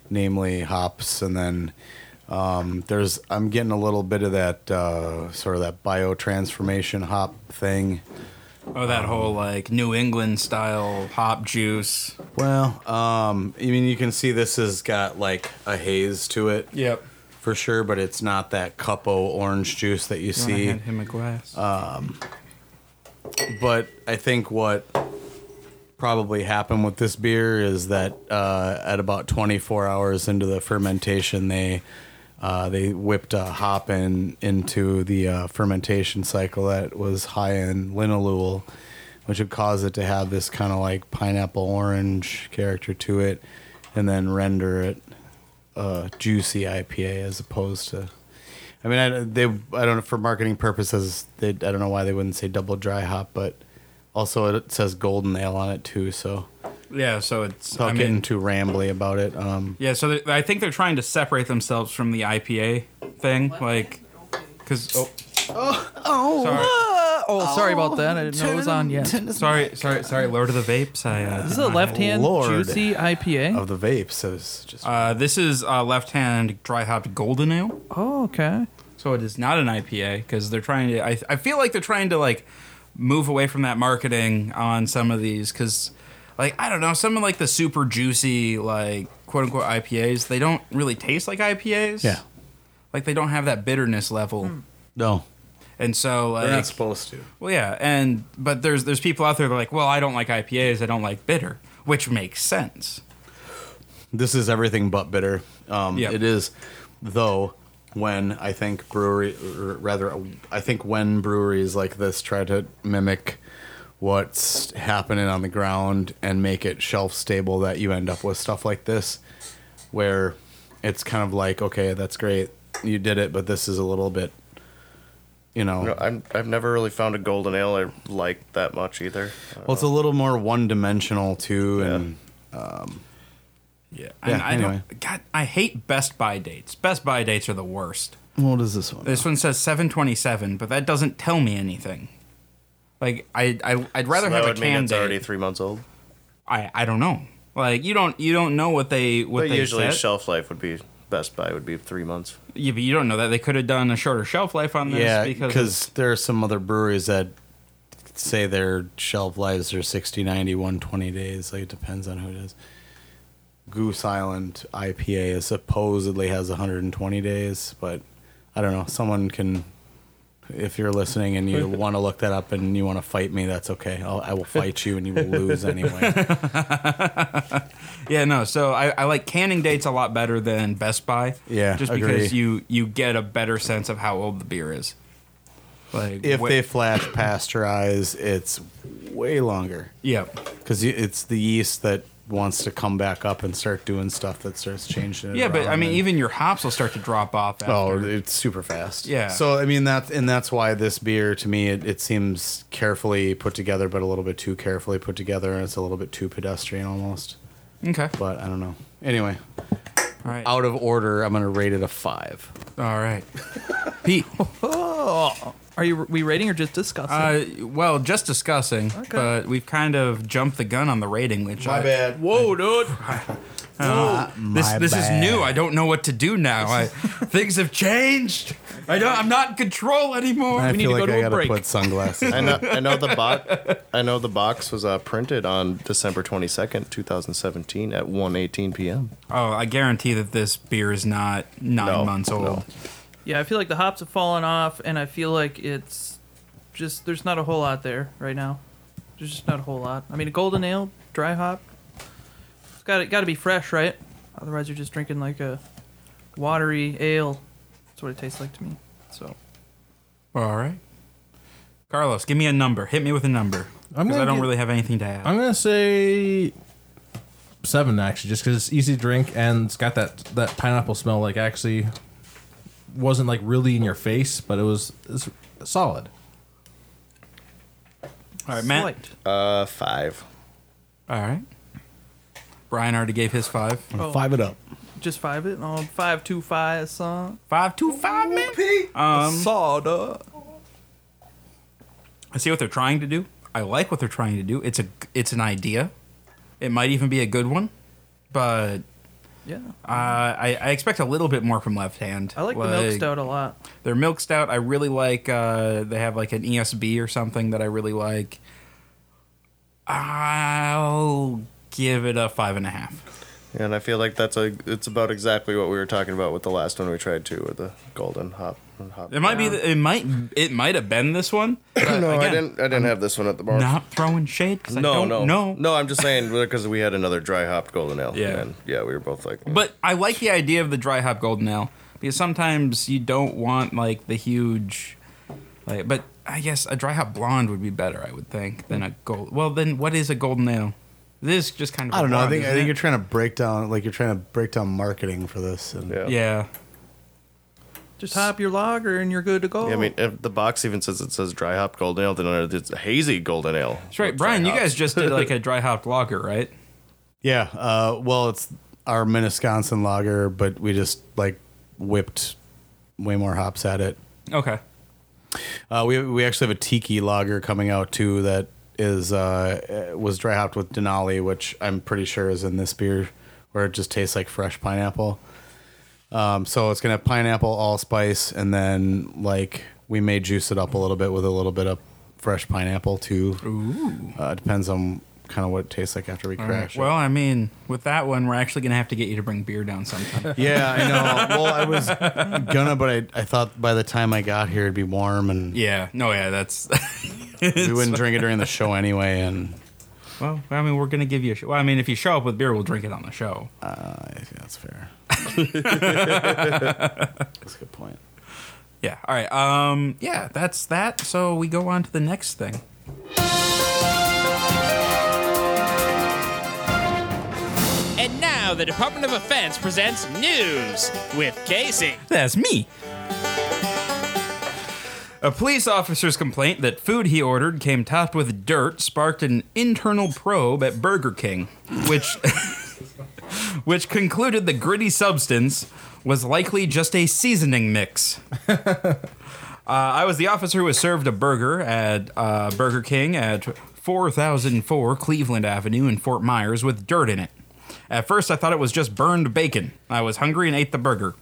S5: namely hops, and then um, there's I'm getting a little bit of that uh, sort of that bio transformation hop thing.
S2: Oh, that whole like New England style hop juice.
S5: Well, um, I mean, you can see this has got like a haze to it.
S2: Yep.
S5: For sure, but it's not that cupo orange juice that you, see.
S2: hand him a glass.
S5: but I think what probably happened with this beer is that uh, at about 24 hours into the fermentation, they uh, they whipped a hop in into the uh, fermentation cycle that was high in linalool, which would cause it to have this kind of like pineapple orange character to it, and then render it uh, juicy IPA as opposed to. I mean, I, they I don't know for marketing purposes. They I don't know why they wouldn't say double dry hop, but also it says golden ale on it too. So
S2: yeah, so it's.
S5: without
S2: I
S5: getting
S2: mean,
S5: too rambly about it, um,
S2: yeah, so they- I think they're trying to separate themselves from the IPA thing, like, because. Oh, oh, sorry.
S6: Oh, sorry about that. I didn't know it was on yet. This
S2: Sorry, sorry, sorry, Lord of the Vapes. I,
S6: is
S2: uh,
S6: a left hand
S5: Oh, Lord.
S6: juicy IPA.
S5: of the vapes. So it's just
S2: uh, this is uh, left hand dry hopped golden ale.
S6: Oh, okay.
S2: So it is not an IPA because they're trying to. I, I feel like they're trying to, like, move away from that marketing on some of these because, like, I don't know, some of like the super juicy, like quote unquote IPAs, they don't really taste like IPAs.
S5: Yeah.
S2: like they don't have that bitterness level,
S6: Hmm.
S5: No,
S2: and so
S5: they're
S2: like,
S5: not supposed to.
S2: well, yeah, and but there's there's people out there that are like, well, I don't like IPAs, I don't like bitter, which makes sense.
S5: this is everything but bitter. Um,
S2: Yeah.
S5: It is, though, when I think brewery, or rather, I think when breweries like this try to mimic what's happening on the ground and make it shelf stable, that you end up with stuff like this, where it's kind of like, okay, that's great, you did it, but this is a little bit, you know,
S4: No, I'm, I've never really found a golden ale I like that much either.
S5: well, it's a little more one dimensional too, and
S2: Yeah,
S5: Yeah,
S2: and I
S5: anyway.
S2: don't. God, I hate Best Buy dates. Best Buy dates are the worst.
S5: what is this one?
S2: This one says 727, but that doesn't tell me anything. Like I, I I'd rather
S4: So that
S2: have a
S4: would mean
S2: can
S4: it's
S2: date.
S4: already three months old.
S2: I I don't know. Like you don't you don't know what they what
S4: But
S2: they
S4: usually
S2: said.
S4: shelf life would be Best Buy would be three months.
S2: yeah, but you don't know that they could have done a shorter shelf life on this
S5: Yeah,
S2: because
S5: because there are some other breweries that say their shelf lives are 60, 90, 120 days. Like, it depends on who it is. Goose Island IPA is supposedly has 120 days, but I don't know. Someone can, if you're listening and you want to look that up and you want to fight me, that's okay. I'll, I will fight you and you will lose anyway.
S2: yeah no. So I, I like canning dates a lot better than Best Buy.
S5: Yeah,
S2: just
S5: agree.
S2: because you you get a better sense of how old the beer is. Like
S5: If
S2: wh-
S5: they flash pasteurize, it's way longer.
S2: yeah
S5: because it's the yeast that wants to come back up and start doing stuff that starts changing. It
S2: yeah, but
S5: around
S2: I mean
S5: and-
S2: even your hops will start to drop off. After.
S5: oh, it's super fast.
S2: Yeah.
S5: So I mean that's and that's why this beer to me it, it seems carefully put together, but a little bit too carefully put together, and it's a little bit too pedestrian almost.
S2: okay, all
S5: But I don't know. Anyway,
S2: right,
S5: out of order, I'm gonna rate it a five.
S2: all right, Pete.
S5: Oh.
S6: Are you we rating or just discussing?
S2: Uh, well, just discussing, but we've kind of jumped the gun on the rating, which I, uh,
S5: Whoa, dude.
S2: This
S5: My
S2: this
S5: bad.
S2: is new. I don't know what to do now. I, things have changed. I don't. I'm not in control anymore.
S5: I
S6: We need
S5: feel
S6: to go
S5: like
S6: to
S5: I
S6: a
S5: gotta
S6: break.
S5: put sunglasses.
S4: I know, I know the box. I know the box was uh, printed on December twenty second, two thousand seventeen, at 1.18 p.m.
S2: oh, I guarantee that this beer is not nine
S4: No,
S2: months
S4: no.
S2: old.
S6: yeah, I feel like the hops have fallen off, and I feel like it's just there's not a whole lot there right now. There's just not a whole lot. I mean, a golden ale, dry hop. It's got got to be fresh, right? Otherwise, you're just drinking like a watery ale. That's what it tastes like to me. So
S2: All right, Carlos, give me a number. Hit me with a number
S3: I'm
S2: because
S3: gonna
S2: I don't
S3: get-
S2: really have anything to add.
S3: I'm gonna say seven actually, just because it's easy to drink and it's got that that pineapple smell. Like actually, wasn't like really in your face, but it was, it's solid.
S2: All right, Matt.
S6: slight.
S4: Uh, five.
S2: All right. Brian already gave his five.
S5: Five it up.
S6: Just five it. Oh, five two five son.
S2: Five two five, man.
S6: Um, Soda.
S2: I see what they're trying to do. I like what they're trying to do. It's a it's an idea. It might even be a good one, but
S6: Yeah,
S2: uh, I, I expect a little bit more from Left Hand.
S6: I like, the milk stout a lot.
S2: Their milk stout. I really like. Uh, they have like an ESB or something that I really like. I'll give it a five and a half.
S4: And I feel like that's a. It's about exactly what we were talking about with the last one we tried too, with the golden hop. hop
S2: It might be. th- It might. It might have been this one. but
S4: no, I
S2: again,
S4: didn't. I didn't have this one at the bar.
S2: Not throwing shade. 'cause I
S4: no,
S2: don't
S4: no,
S2: know.
S4: no. I'm just saying because we had another dry hopped golden ale.
S2: Yeah.
S4: and yeah, we were both like. mm.
S2: But I like the idea of the dry hop golden ale because sometimes you don't want like the huge, like. But I guess a dry hop blonde would be better, I would think, than a gold. Well, then what is a golden ale? This is just kind of.
S5: I
S2: a
S5: don't know. I
S2: blonde,
S5: think I
S2: isn't
S5: think you're
S2: it?
S5: trying to break down like you're trying to break down marketing for this. And
S4: yeah.
S2: Yeah.
S6: Just hop your lager and you're good to go.
S4: Yeah, I mean, if the box even says it says dry hop golden ale, then it's hazy golden ale.
S2: That's right, Brian. You guys just did like a dry hop lager, right?
S5: Yeah. Uh, well, it's our Minnesotan lager, but we just like whipped way more hops at it.
S2: Okay.
S5: Uh, we we actually have a tiki lager coming out too that is uh, was dry hopped with Denali, which I'm pretty sure is in this beer, where it just tastes like fresh pineapple. Um, so it's gonna have pineapple, allspice, and then like we may juice it up a little bit with a little bit of fresh pineapple too. Ooh. Uh, it depends on kind of what it tastes like after we crash.
S2: Well, I mean, with that one, we're actually gonna have to get you to bring beer down sometime.
S5: yeah, I know. Well, I was gonna, but I, I thought by the time I got here it'd be warm and
S2: yeah. No. Yeah. That's.
S5: we wouldn't drink it during the show anyway. And
S2: well, I mean, we're gonna give you a show. Well, I mean, if you show up with beer, we'll drink it on the show.
S5: uh, I think that's fair. that's a good point.
S2: Yeah. All right. Um. Yeah. That's that. So we go on to the next thing.
S7: And now the Department of Defense presents news with Casey.
S2: That's me. A police officer's complaint that food he ordered came topped with dirt sparked an internal probe at Burger King, which which concluded the gritty substance was likely just a seasoning mix. Uh, I was the officer who was served a burger at uh, Burger King at 4004 Cleveland Avenue in Fort Myers with dirt in it. At first, I thought it was just burned bacon. I was hungry and ate the burger.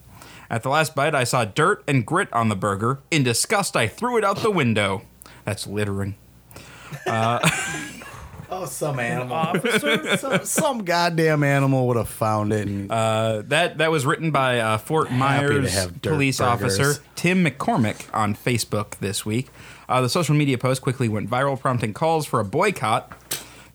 S2: At the last bite, I saw dirt and grit on the burger. In disgust, I threw it out the window. That's littering.
S5: Oh, some animal,
S6: Officer?
S5: some, some goddamn animal would have found it. And,
S2: That that was written by uh, Fort
S5: to
S2: Myers
S5: have dirt
S2: police
S5: burgers.
S2: officer Tim McCormick on Facebook this week. Uh, the social media post quickly went viral, prompting calls for a boycott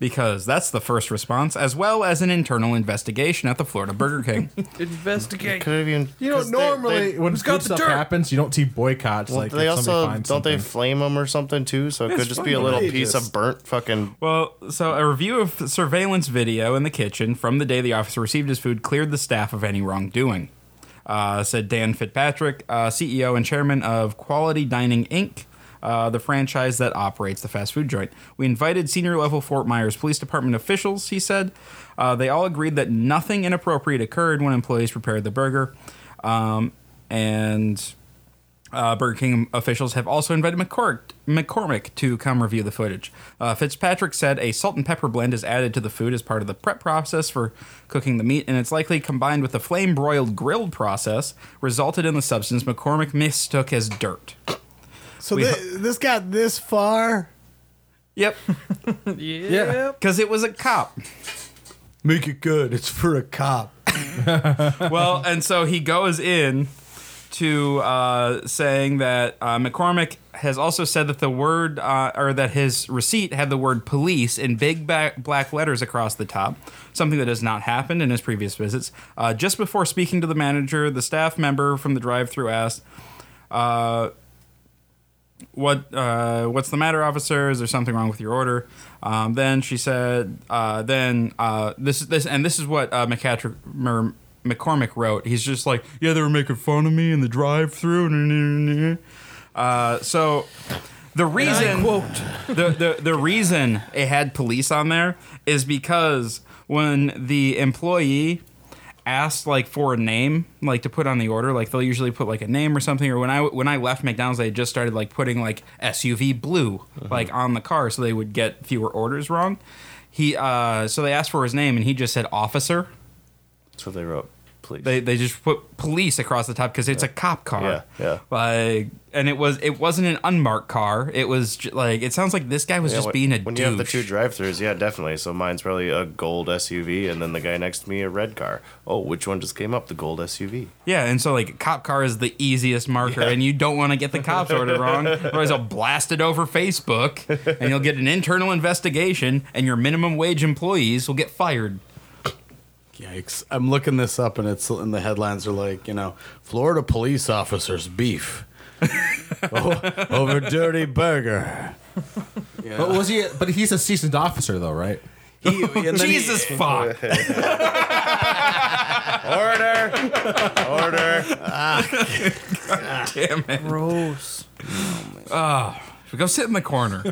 S2: because that's the first response, as well as an internal investigation at the Florida Burger King.
S6: Investigate.
S4: Could have even.
S3: You know,
S4: 'cause they-
S3: normally
S4: they-
S3: when
S6: Who's got
S3: good
S6: the
S3: stuff
S6: dirt?
S3: happens, you don't see boycotts.
S4: Well,
S3: like
S4: they
S3: if
S4: also
S3: somebody
S4: don't
S3: finds
S4: they
S3: something.
S4: flame them or something too? So it could just be a little piece of burnt fucking.
S2: Well, so a review of surveillance video in the kitchen from the day the officer received his food cleared the staff of any wrongdoing, uh, said Dan Fitzpatrick, uh, CEO and chairman of Quality Dining Inc., uh, the franchise that operates the fast food joint. We invited senior level Fort Myers Police Department officials, he said. Uh, they all agreed that nothing inappropriate occurred when employees prepared the burger. Um, and uh, Burger King officials have also invited McCork- McCormick to come review the footage. Uh, Fitzpatrick said a salt and pepper blend is added to the food as part of the prep process for cooking the meat, and it's likely combined with the flame broiled grilled process resulted in the substance McCormick mistook as dirt.
S5: so
S2: we-
S5: thi- this got this far.
S2: Yep,
S6: Yeah.
S2: because it was a cop.
S5: Make it good. It's for a cop.
S2: well, and so he goes in to uh, saying that uh, McCormick has also said that the word uh, or that his receipt had the word police in big ba- black letters across the top, something that has not happened in his previous visits. Uh, just before speaking to the manager, the staff member from the drive-through asked. what uh, what's the matter, officer? Is there something wrong with your order? Um, then she said, uh, then uh, this this and this is what uh, McCatrick, Mer, McCormick wrote. He's just like, yeah, they were making fun of me in the drive-through. Uh, so the reason the, the the reason it had police on there is because when the employee asked like for a name like to put on the order like they'll usually put like a name or something or when i when i left mcdonald's they just started like putting like suv blue like on the car so they would get fewer orders wrong he uh so they asked for his name and he just said officer
S4: So they wrote, please.
S2: they they just put police across the top because it's a cop car.
S4: Yeah, yeah.
S2: Like, and it was it wasn't an unmarked car. It was j- like it sounds like this guy was
S4: Yeah,
S2: just
S4: when-
S2: being a
S4: when
S2: douche.
S4: you have the two drive-throughs, yeah, definitely. So mine's probably a gold SUV, and then the guy next to me a red car. Oh, which one just came up? The gold SUV.
S2: yeah, and so like cop car is the easiest marker, and you don't want to get the cops order wrong, otherwise they'll blast it over Facebook, and you'll get an internal investigation, and your minimum wage employees will get fired.
S5: Yikes! I'm looking this up, and it's and the headlines are like, you know, Florida police officers beef o- over dirty burger.
S3: But was he? But he's a seasoned officer, though, right?
S5: He- and then he-
S2: Jesus fuck!
S4: Order, order.
S2: Damn it!
S6: Gross.
S2: Go sit in the corner.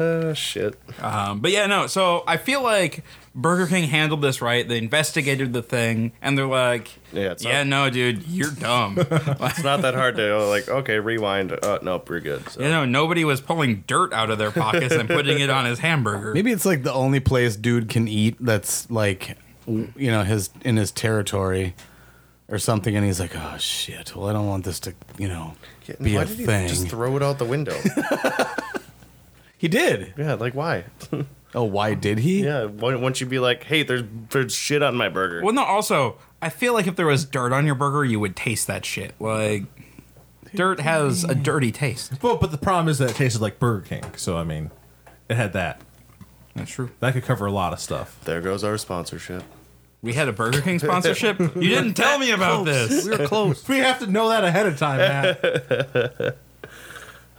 S4: Oh shit.
S2: Um, but yeah, no. So I feel like Burger King handled this right. They investigated the thing, and they're like,
S4: Yeah, it's
S2: "Yeah,
S4: not-
S2: no, dude, you're dumb." like,
S4: It's not that hard to oh, like. Okay, rewind. Uh, nope, we're good. So.
S2: you know, nobody was pulling dirt out of their pockets and putting it on his hamburger.
S5: Maybe it's like the only place dude can eat that's like, w- you know, his in his territory. or something, and he's like, "Oh shit! Well, I don't want this to, you know,
S4: Yeah,
S5: be
S4: why
S5: a
S4: did
S5: thing."
S4: you just throw it out the window?
S5: he did.
S4: yeah, like why?
S5: Oh, why did he?
S4: Yeah, why won't you be like, hey, there's there's shit on my burger?
S2: Well, no. Also, I feel like if there was dirt on your burger, you would taste that shit. Like, dirt has a dirty taste.
S3: Well, but the problem is that it tasted like Burger King. So I mean, it had that.
S2: That's true.
S3: That could cover a lot of stuff.
S4: There goes our sponsorship.
S2: We had a Burger King sponsorship. You didn't tell me about this.
S6: We were close.
S3: We have to know that ahead of time, Matt.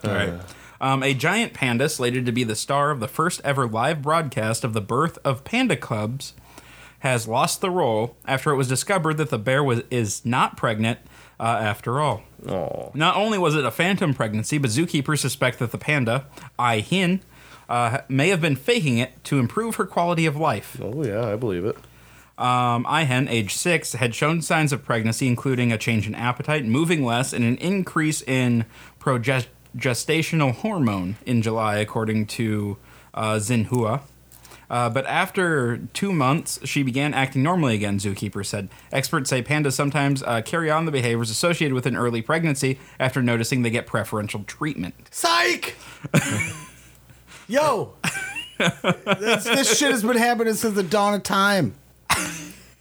S2: All right. Um, a giant panda slated to be the star of the first ever live broadcast of the birth of panda cubs has lost the role after it was discovered that the bear was is not pregnant uh, after all.
S4: Oh,
S2: Not only was it a phantom pregnancy, but zookeepers suspect that the panda, Ai Hin, uh, may have been faking it to improve her quality of life.
S4: oh yeah, I believe it.
S2: Um, Ai Hen, age six, had shown signs of pregnancy, including a change in appetite, moving less, and an increase in progestational hormone in July, according to uh, Xinhua. Uh, but after two months, she began acting normally again, zookeeper said. Experts say pandas sometimes uh, carry on the behaviors associated with an early pregnancy after noticing they get preferential treatment.
S5: Psych. Yo, this, this shit has been happening since the dawn of time.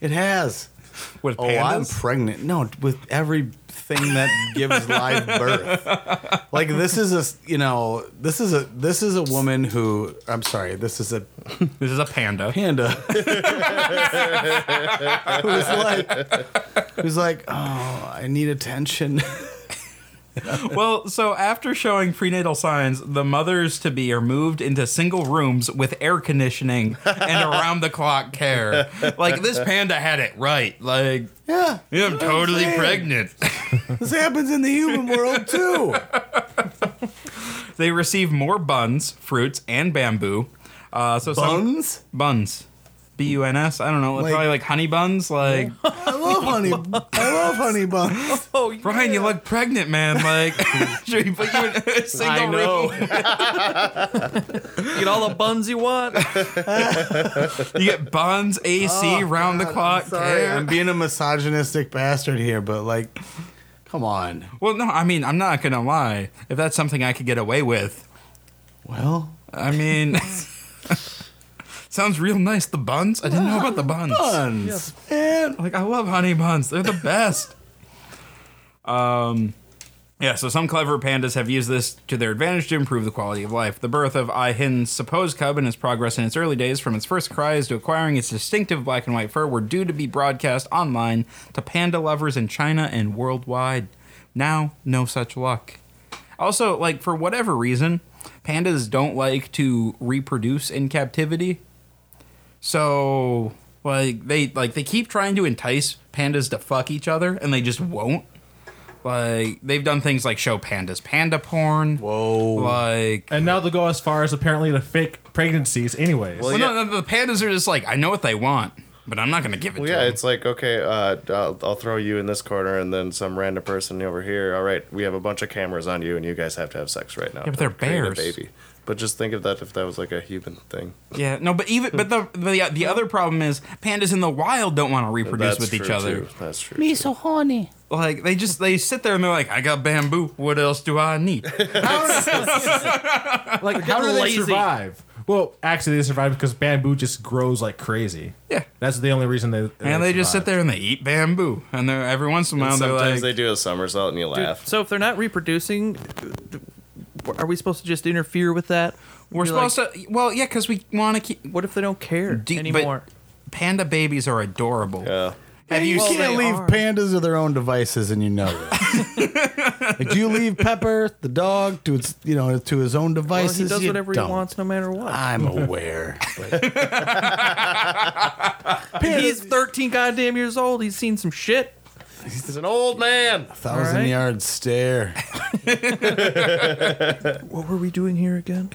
S5: It has.
S2: With
S5: Oh, I'm
S2: pandas?
S5: pregnant. No, with everything that gives live birth. Like this is a, you know, this is a this is a woman who I'm sorry, this is a
S2: this is a panda.
S5: panda who's like who's like, "Oh, I need attention."
S2: Well, so after showing prenatal signs, the mothers to be are moved into single rooms with air conditioning and around the clock care. Like this panda had it right. Like
S5: Yeah.
S2: I'm totally pregnant.
S5: This happens in the human world too.
S2: they receive more buns, fruits, and bamboo. Uh, so some
S5: Buns?
S2: buns, B U N S. I don't know.
S5: Like-
S2: probably like honey buns. Like
S5: I love honey. I love honey buns.
S6: Oh, yeah.
S2: Brian, you look pregnant, man. Like should we put you in a single room?
S6: get all the buns you want.
S2: You get buns, AC, round the clock
S5: Sorry,
S2: care.
S5: Oh, I'm being a misogynistic bastard here, but like come on.
S2: Well, no, I mean, I'm not gonna lie. If that's something I could get away with,
S5: Well,
S2: I mean, sounds real nice. The buns? I didn't know about the buns.
S5: buns. Man.
S2: Like, I love honey buns. They're the best. um, yeah. So some clever pandas have used this to their advantage to improve the quality of life. The birth of Ai Hin's supposed cub and its progress in its early days, from its first cries to acquiring its distinctive black and white fur, were due to be broadcast online to panda lovers in China and worldwide. Now, no such luck. Also, like for whatever reason, pandas don't like to reproduce in captivity. So, like they like they keep trying to entice pandas to fuck each other and they just won't. Like they've done things like show pandas panda porn.
S5: Whoa.
S2: Like
S3: and now they'll go as far as apparently to fake pregnancies, anyways.
S4: Well,
S2: well,
S4: yeah.
S2: no, no, the pandas are just like I know what they want, but I'm not going to give it
S4: Well,
S2: to
S4: yeah,
S2: them.
S4: it's like okay, uh, I'll, I'll throw you in this corner, and then some random person over here. All right, we have a bunch of cameras on you, and you guys have to have sex right now. Yeah,
S2: but they're bears.
S4: baby. But just think of that if that was like a human thing.
S2: Yeah, no, but even but the the, the other problem is pandas in the wild don't want to reproduce
S4: That's
S2: with each
S4: true,
S2: other.
S4: Too. That's true. Me so
S2: Like they just they sit there and they're like, I got bamboo. What else do I need?
S3: like, how do they
S6: lazy.
S3: survive? Well, actually, they survive because bamboo just grows like crazy.
S2: Yeah.
S3: that's the only reason they.
S2: and they just sit there and they eat bamboo. And they're every once in a while they're like,
S4: Sometimes they do a somersault and you
S6: Dude,
S4: laugh.
S6: so if they're not reproducing, are we supposed to just interfere with that?
S2: we're
S6: Be like,
S2: supposed to. Well, yeah, because we want to keep
S6: What if they don't care
S2: Do- but-
S6: anymore?
S2: panda babies are adorable.
S4: Yeah.
S2: Have you
S5: you
S2: seen?
S5: can't
S6: they
S5: leave
S6: are.
S5: pandas to their own devices, and you know that. like, do you leave Pepper the dog to its, you know, to his own
S6: Well,
S5: devices?
S6: he does
S5: You Ah.
S6: whatever
S5: don't.
S6: he wants, no matter what.
S5: I'm aware. But
S6: He's 13 goddamn years old. He's seen some shit.
S4: He's an old man.
S5: thousand
S6: Alright.
S5: yard stare.
S6: What were we doing here again?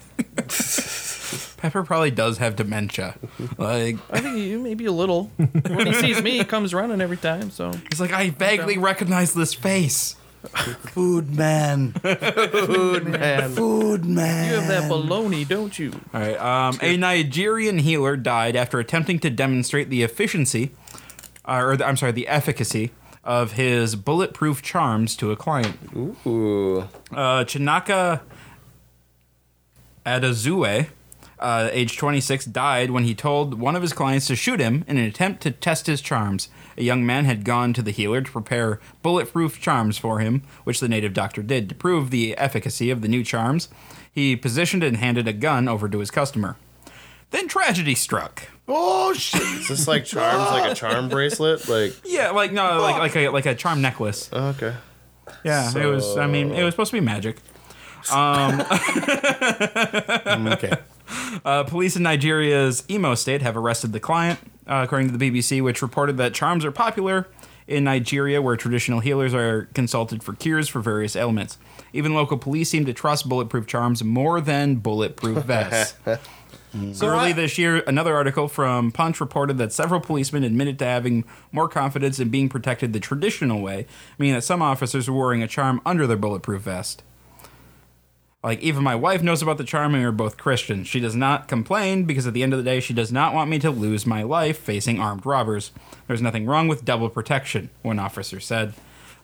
S2: Pepper probably does have dementia. Like
S6: I think you maybe a little. when he sees me, he comes running every time. So
S2: he's like, I vaguely recognize this face.
S5: Food man.
S6: food man,
S5: Food man.
S6: you have that baloney, don't you?
S2: All right. Um, a Nigerian healer died after attempting to demonstrate the efficiency, uh, or the, I'm sorry, the efficacy of his bulletproof charms to a client.
S4: Ooh.
S2: Uh, Chinaka Adazue, uh, age 26, died when he told one of his clients to shoot him in an attempt to test his charms. A young man had gone to the healer to prepare bulletproof charms for him, which the native doctor did. To prove the efficacy of the new charms, he positioned and handed a gun over to his customer. Then tragedy struck.
S5: Oh shit!
S4: Is this like charms, like a charm bracelet? Like,
S2: Yeah, like no, like like a like a charm necklace.
S4: okay.
S2: Yeah, it was. I mean, it was supposed to be magic.
S4: Mm,
S5: okay.
S2: Uh, police in Nigeria's Imo state have arrested the client, uh, according to the BBC, which reported that charms are popular in Nigeria, where traditional healers are consulted for cures for various ailments. Even local police seem to trust bulletproof charms more than bulletproof vests. So early this year, another article from Punch reported that several policemen admitted to having more confidence in being protected the traditional way, meaning that some officers were wearing a charm under their bulletproof vest. Like, even my wife knows about the charm, and we're both Christians. She does not complain because at the end of the day, she does not want me to lose my life facing armed robbers. There's nothing wrong with double protection, one officer said.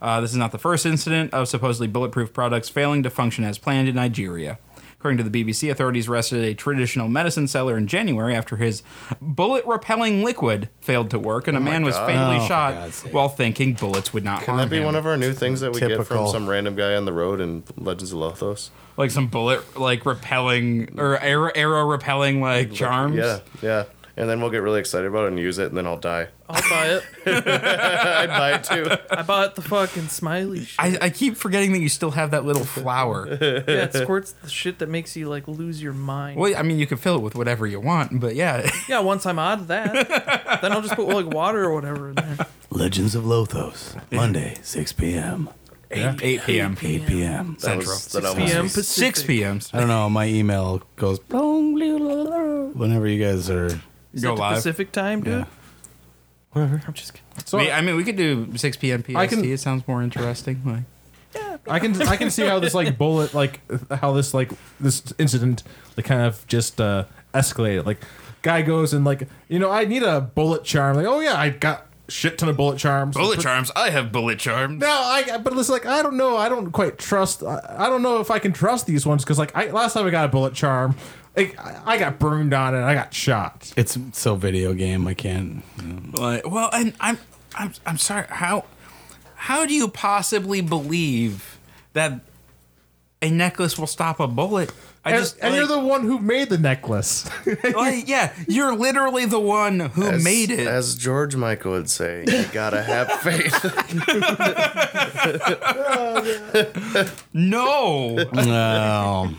S2: Uh, this is not the first incident of supposedly bulletproof products failing to function as planned in Nigeria. According to the BBC, authorities arrested a traditional medicine seller in January after his bullet repelling liquid failed to work, and a man was fatally
S5: Oh, for
S2: shot
S5: God's sake.
S2: while thinking bullets would not
S4: Can
S2: harm
S4: that be
S2: him.
S4: one of our new things that we get from
S5: Typical.
S4: some random guy on the road in Legends of Lothos?
S2: like some bullet, like repelling or arrow, arrow repelling like charms.
S4: Yeah, yeah. And then we'll get really excited about it and use it, and then I'll die.
S6: I'll buy it.
S4: I'd buy it too.
S6: I bought the fucking smiley shit.
S2: I, I keep forgetting that you still have that little flower.
S6: yeah, it squirts the shit that makes you like lose your mind.
S2: well, I mean, you can fill it with whatever you want, but yeah,
S6: Yeah, once I'm out of that, then I'll just put like water or whatever in there.
S5: Legends of Lothos, Monday, 6 p.m.,
S2: 8, 8 p.m.
S5: 8 p.m.
S4: That
S2: Central.
S4: was- that almost-
S6: PM
S2: 6
S6: Pacific.
S2: p.m.
S5: I don't know. My email goes whenever you guys are.
S6: Is
S2: Go
S6: that the
S2: live.
S6: Pacific time, dude.
S5: Yeah.
S6: Whatever. I'm just kidding.
S3: So
S2: I mean, we could do 6 p.m. PST.
S3: I can-
S2: it sounds more interesting. Like,
S3: I can I can see how this like bullet like how this like this incident like kind of just uh escalated. Like guy goes and like you know I need a bullet charm. Like oh yeah I got shit ton of bullet charms.
S2: bullet charms. I have bullet charms.
S3: No, I but it's like I don't know. I don't quite trust. I, I don't know if I can trust these ones because like I last time I got a bullet charm, like, I, I got burned on it. I got shot.
S5: It's so video game. I can't.
S2: Like, well, and I'm, I'm, I'm sorry. How, how do you possibly believe that a necklace will stop a bullet? I
S3: And,
S2: just
S3: and you're
S2: like-
S3: the one who made the necklace.
S2: like, Oh, yeah, you're literally the one who
S4: As-
S2: made it.
S4: As George Michael would say, you gotta have faith.
S2: no,
S5: No.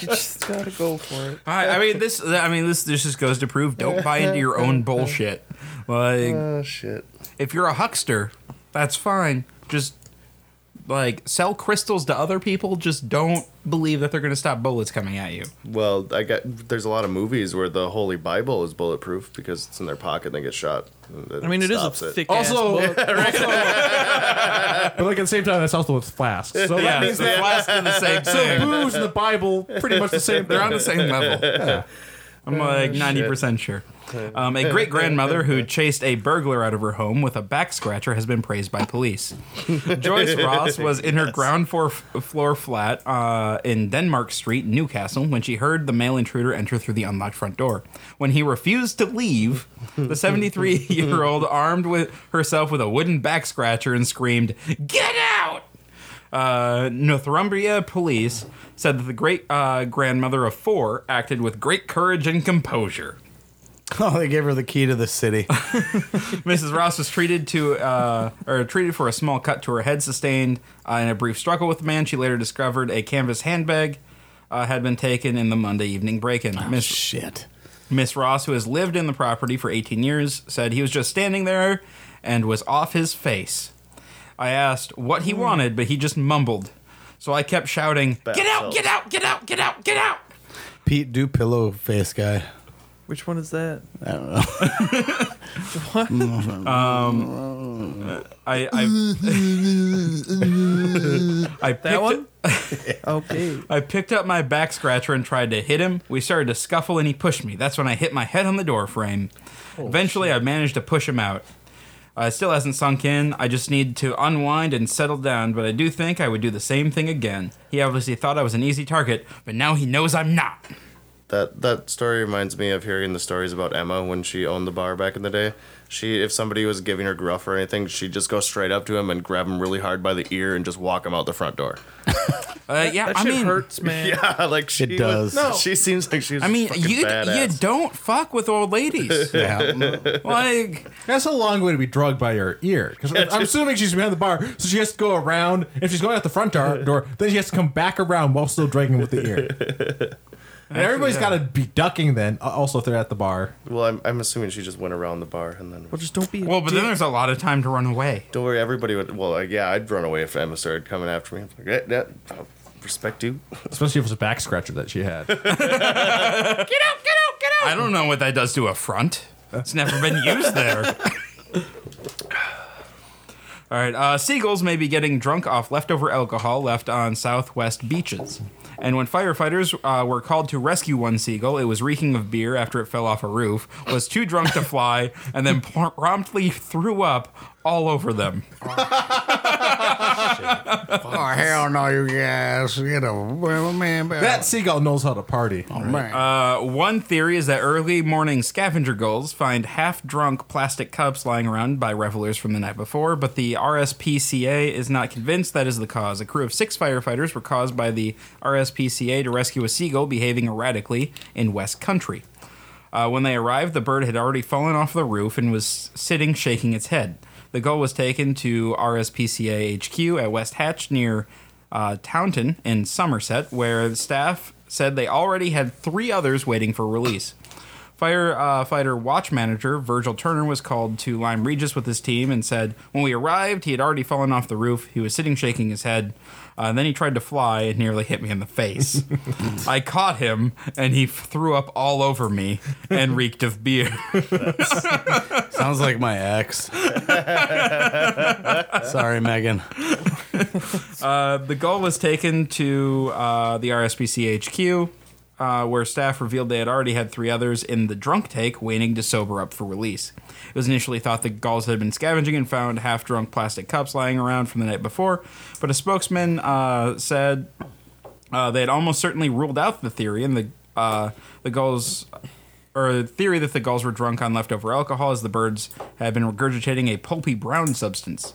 S6: You just gotta go for it.
S2: I, I mean this. I mean this. This just goes to prove: don't buy into your own bullshit. Like,
S4: oh shit.
S2: if you're a huckster, that's fine. Just like sell crystals to other people. Just don't believe that they're gonna stop bullets coming at you.
S4: Well, I got there's a lot of movies where the Holy Bible is bulletproof because it's in their pocket and they get shot.
S6: I mean, it is a thick.
S3: Also-
S6: ass book.
S3: but like at the same time, that's also with flasks. So that
S2: Yeah,
S3: means
S2: so
S3: that
S2: flask in the same
S3: So
S2: thing.
S3: booze and the Bible, pretty much the same
S2: They're on
S3: thing.
S2: the same level. I'm
S4: Oh,
S2: like ninety percent sure. Um, a great grandmother who chased a burglar out of her home with a back scratcher has been praised by police. Joyce Ross was in her ground floor, floor flat uh, in Denmark Street, Newcastle, when she heard the male intruder enter through the unlocked front door. When he refused to leave, the 73 year old armed with herself with a wooden back scratcher and screamed, "Get out!" Uh, Northumbria police said that the great uh, grandmother of four acted with great courage and composure.
S5: Oh, they gave her the key to the city.
S2: Mrs. Ross was treated to uh, or treated for a small cut to her head sustained uh, in a brief struggle with the man. She later discovered a canvas handbag uh, had been taken in the Monday evening break-in.
S5: Oh,
S2: Miss
S5: Shit.
S2: Miss Ross, who has lived in the property for 18 years, said he was just standing there and was off his face. I asked what he wanted, but he just mumbled. So I kept shouting, "Get out!
S4: sells.
S2: Get out! Get out! Get out! Get out!"
S5: Pete Do Pillow Face guy.
S6: Which one is that?
S5: I don't know.
S2: I I, I picked
S6: That one? okay.
S2: I picked up my back scratcher and tried to hit him. We started to scuffle
S6: Oh,
S2: and he pushed me. That's when I hit my head on the door frame. Eventually, I managed to push him out. Uh, it still hasn't sunk in. I just need to unwind and settle down, but I do think I would do the same thing again. He obviously thought I was an easy target, but now he knows I'm not.
S4: That that story reminds me of hearing the stories about Emma when she owned the bar back in the day. She, if somebody was giving her gruff or anything, she'd just go straight up to him and grab him really hard by the ear and just walk him out the front door.
S2: Uh, yeah,
S6: That
S2: I
S6: shit
S2: mean,
S6: hurts, man.
S4: Yeah, like she
S5: It
S4: was-
S5: does. No.
S4: She seems like she's.
S2: I mean,
S4: fucking
S2: you you
S4: badass.
S2: don't fuck with old ladies.
S5: Yeah.
S2: like,
S3: That's a long way to be drugged by your ear. 'Cause I'm- I'm assuming she's behind the bar, so she has to go around. If she's going out the front door, door then she has to come back around while still dragging with the ear. And everybody's got to be ducking then, uh, also if they're at the bar.
S4: Well, I'm, I'm assuming she just went around the bar and then.
S6: Well, just don't be. a
S2: well, but
S6: dick.
S2: then there's a lot of time to run away.
S4: Don't worry, everybody would. Well, like, yeah, I'd run away if Emma started coming after me. I'm like, "Eh, that, that, I'll respect you.
S3: Especially if it's a back scratcher that she had.
S2: I don't know what that does to a front. It's never been used there. All right. Uh, seagulls may be getting drunk off leftover alcohol left on Southwest beaches. And when firefighters uh, were called to rescue one seagull, it was reeking of beer after it fell off a roof, was too drunk to fly, and then pr- promptly threw up all over them.
S8: Oh hell no, you guys! Get a well, man back.
S3: that seagull knows how to party.
S8: man.
S2: Uh, one theory is that early morning scavenger gulls find half drunk plastic cups lying around by revelers from the night before, but the RSPCA is not convinced that is the cause. A crew of six firefighters were caused by the RSPCA to rescue a seagull behaving erratically in West Country. Uh, when they arrived, the bird had already fallen off the roof and was sitting shaking its head. The gull was taken to RSPCA HQ at West Hatch near uh, Taunton in Somerset, where the staff said they already had three others waiting for release. Firefighter watch manager Virgil Turner was called to Lyme Regis with his team and said, When we arrived, he had already fallen off the roof. He was sitting shaking his head. Uh, then he tried to fly and nearly hit me in the face. I caught him and he threw up all over me and reeked of beer.
S5: Sounds like my ex. Sorry, Megan.
S2: Uh, the gull was taken to uh, the RSPCA HQ, uh, where staff revealed they had already had three others in the drunk take waiting to sober up for release. It was initially thought the gulls had been scavenging and found half drunk plastic cups lying around from the night before, but a spokesman uh, said uh, they had almost certainly ruled out the theory, and the uh, the gulls. Or the theory that the gulls were drunk on leftover alcohol as the birds had been regurgitating a pulpy brown substance.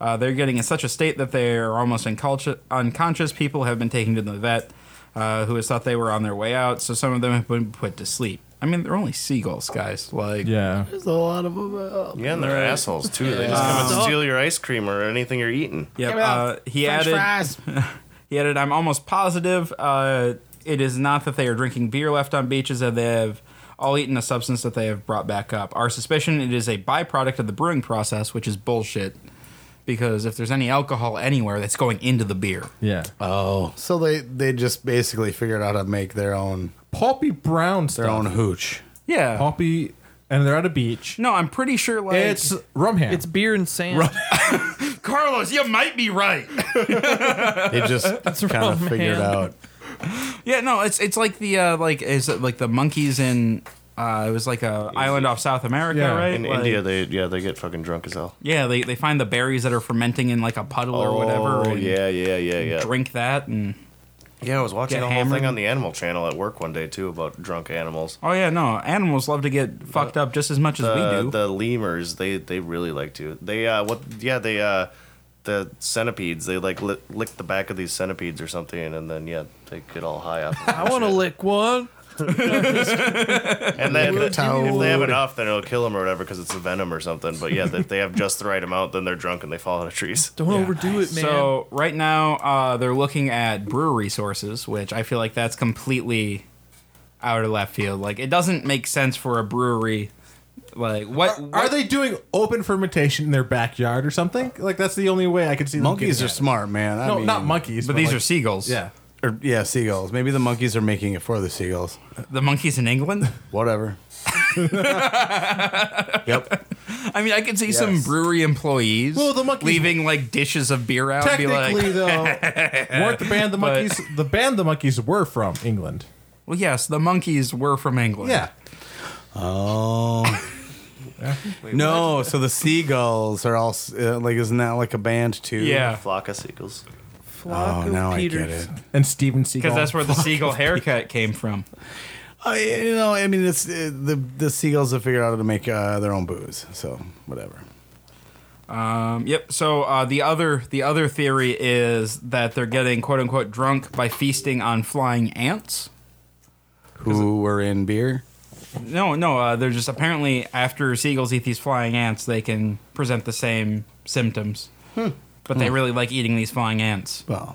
S2: Uh, they're getting in such a state that they are almost inculci- unconscious. People have been taken to the vet, uh, who has thought they were on their way out. So some of them have been put to sleep. I mean, they're only seagulls, guys. Like,
S3: Yeah.
S5: There's a lot of them.
S4: Yeah, and they're assholes too. They just come and steal your ice cream or anything you're eating.
S2: Yep,
S8: Give it
S2: uh,
S8: up.
S2: he
S8: French
S2: added.
S8: fries.
S2: He added, "I'm almost positive uh, it is not that they are drinking beer left on beaches, and they have all eaten a substance that they have brought back up. Our suspicion it is a byproduct of the brewing process, which is bullshit." Because if there's any alcohol anywhere, that's going into the beer.
S3: Yeah.
S5: Oh, so they they just basically figured out how to make their own
S3: Pulpy brown stuff.
S5: their own hooch.
S2: Yeah.
S3: Pulpy, and they're at a beach.
S2: No, I'm pretty sure like
S3: It's rum ham.
S6: It's beer and sand.
S2: Carlos, you might be right.
S5: They just kind
S6: wrong,
S5: of figured
S6: man.
S5: out.
S2: yeah, no, it's it's like the uh, like is it like the monkeys in uh, it was like a island off South America,
S3: Yeah.
S2: right?
S4: In
S2: Like-
S4: India, they yeah they get fucking drunk as hell.
S2: Yeah, they, they find the berries that are fermenting in like a puddle or whatever.
S4: Oh
S2: and
S4: yeah, yeah, yeah, yeah.
S2: Drink that and
S4: Yeah, I was watching
S2: Get
S4: the whole
S2: hammered.
S4: thing on the Animal Channel at work one day too about drunk animals.
S2: oh yeah, no, animals love to get fucked up just as much as
S4: Uh,
S2: we do.
S4: The lemurs, they they really like to. They uh what yeah they uh the centipedes they like li- lick the back of these centipedes or something and then yeah they get all high up.
S6: I want to lick one.
S4: And then
S8: Like a
S4: if
S8: toad.
S4: they have enough, then it'll kill them or whatever because it's a venom or something. But yeah, if they have just the right amount, then they're drunk and they fall out of trees.
S6: Don't overdo it, man.
S2: so right now uh, they're looking at brewery sources, which I feel like that's completely out of left field. Like it doesn't make sense for a brewery. Like what
S3: Are
S2: what-
S3: they doing open fermentation in their backyard or something? Like that's the only way I could see. them
S5: Monkeys
S3: getting
S5: are
S3: at it.
S5: smart, man. I
S3: No,
S5: mean,
S3: not monkeys.
S2: But these are
S3: like-
S2: seagulls.
S3: Yeah.
S5: Or, yeah, seagulls. Maybe the monkeys are making it for the seagulls.
S2: The monkeys in England?
S5: Whatever. yep.
S2: I mean, I could see some brewery employees
S3: Well, the monkeys-
S2: leaving like dishes of beer out and be
S3: Technically,
S2: like,
S3: though, weren't the band the
S2: But-
S3: monkeys? the band the monkeys were from England.
S2: well, yes, the monkeys were from England.
S3: Yeah.
S5: Oh, No, so the seagulls are all s- uh, like, isn't that like a band too?
S2: Yeah,
S4: Flock of seagulls.
S5: Oh,
S6: Flock of
S5: now
S6: Peters.
S5: I get it.
S3: and Steven Seagal.
S2: because that's where the seagull haircut came from.
S5: I, Uh, you know, I mean, it's uh, the the seagulls have figured out how to make uh, their own booze, so whatever.
S2: Um, yep. So uh, the other the other theory is that they're getting quote unquote drunk by feasting on flying ants.
S5: Who were in beer?
S2: No, no. Uh, they're just apparently after seagulls eat these flying ants, they can present the same symptoms.
S4: Hmm.
S2: But they really like eating these flying ants.
S5: Well,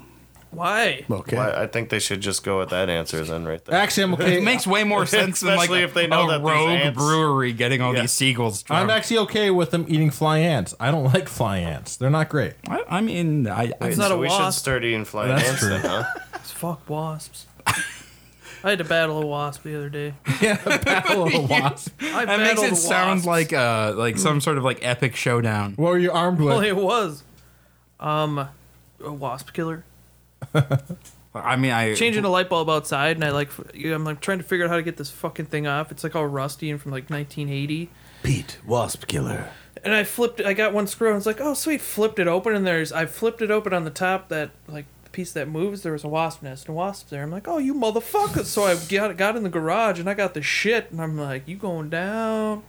S6: Why?
S5: okay.
S4: Well, I think they should just go with that answer then, right there.
S3: actually I'm okay.
S2: It makes way more sense than like
S4: Especially if they know
S2: a
S4: that these
S2: rogue
S4: ants-
S2: brewery getting all
S4: Yeah.
S2: these seagulls drunk.
S3: I'm actually okay with them eating flying ants. I don't like flying ants. They're not great.
S2: I, I mean, I, I,
S6: It's not
S4: so
S6: a
S4: we should
S6: wasp.
S4: start eating flying
S3: That's
S4: ants
S3: true.
S4: then, huh?
S6: It's fuck wasps. I had to battle a wasp the other day.
S3: Yeah, battle
S2: Oh,
S3: of a wasp.
S6: I
S2: that makes
S6: battled
S2: it sound like
S6: wasps.
S2: uh like some sort of like epic showdown.
S3: What were you armed with?
S6: Well, it was. Um, a wasp killer.
S2: I mean, I
S6: Changing a light bulb outside, and I like, f- I'm like trying to figure out how to get this fucking thing off. It's like all rusty and from like 1980.
S5: Pete, wasp killer.
S6: And I flipped. I got one screw. and It's like, oh sweet, flipped it open, and there's. I flipped it open on the top that like the piece that moves. There was a wasp nest and wasps there. I'm like, oh you motherfucker! So I got got in the garage and I got the shit, and I'm like, you going down?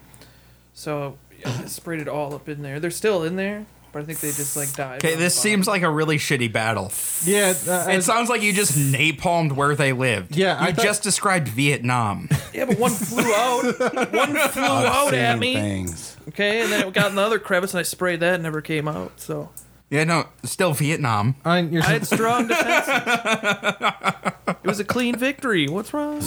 S6: So I sprayed it all up in there. They're still in there, but I think they just like died.
S2: Okay, this seems like a really shitty battle.
S3: yeah, uh,
S2: It sounds like you just napalmed where they lived.
S3: Yeah,
S2: you
S3: I thought-
S2: just described Vietnam.
S6: Yeah, but one flew out. One flew out at
S5: Same
S6: me.
S5: Things.
S6: Okay, and then it got in the other crevice, and I sprayed that, and never came out. So
S2: yeah, no, still Vietnam.
S3: I, you're,
S6: I had strong defense. it was a clean victory. What's wrong?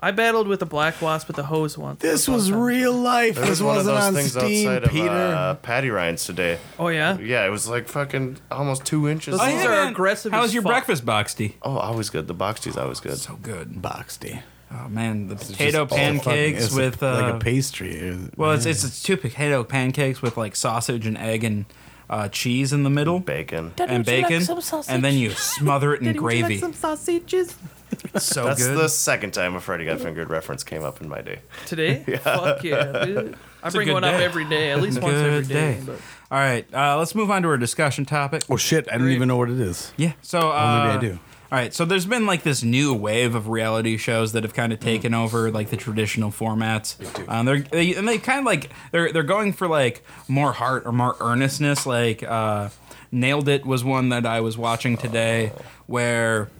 S6: I battled with a black wasp with a hose once.
S5: This
S6: That's
S5: was
S6: awesome.
S5: real life.
S4: There
S5: This
S4: was one of
S5: wasn't
S4: those
S5: on
S4: things
S5: Steam,
S4: outside
S5: Peter.
S4: of uh, Patty Ryan's today.
S6: Oh yeah.
S4: Yeah, it was like fucking almost two inches.
S6: Those
S4: Oh,
S6: things are aggressive
S2: How's
S6: as
S2: your
S6: fuck.
S2: breakfast, Boxty?
S4: always good. The box tea's always good.
S2: So good.
S5: Boxty.
S2: Oh man, the
S5: Just
S2: potato
S5: all fucking-
S2: pancakes
S5: it's
S2: with uh,
S5: like a pastry.
S2: well, it's, it's it's two potato pancakes with like sausage and egg and uh, cheese in the middle
S4: Bacon.
S2: and bacon, and then you smother it in gravy.
S6: sausages
S2: It's so
S4: That's
S2: good.
S4: the second time a Freddy Got Fingered reference came up in my day.
S6: today? Fuck yeah! dude. I bring
S2: good
S6: one up
S2: day.
S6: every day, at least once every
S2: Good
S6: day.
S2: day.
S6: but-
S2: All right, uh, let's move on to our discussion topic.
S5: oh shit! I don't even know what it is.
S2: Yeah. So uh,
S5: maybe I do.
S2: All right. So there's been like this new wave of reality shows that have kind
S5: Mm.
S2: of taken over like the traditional formats. Um, they're they, and they kind of like they're they're going for like more heart or more earnestness. Like uh, Nailed It was one that I was watching today where.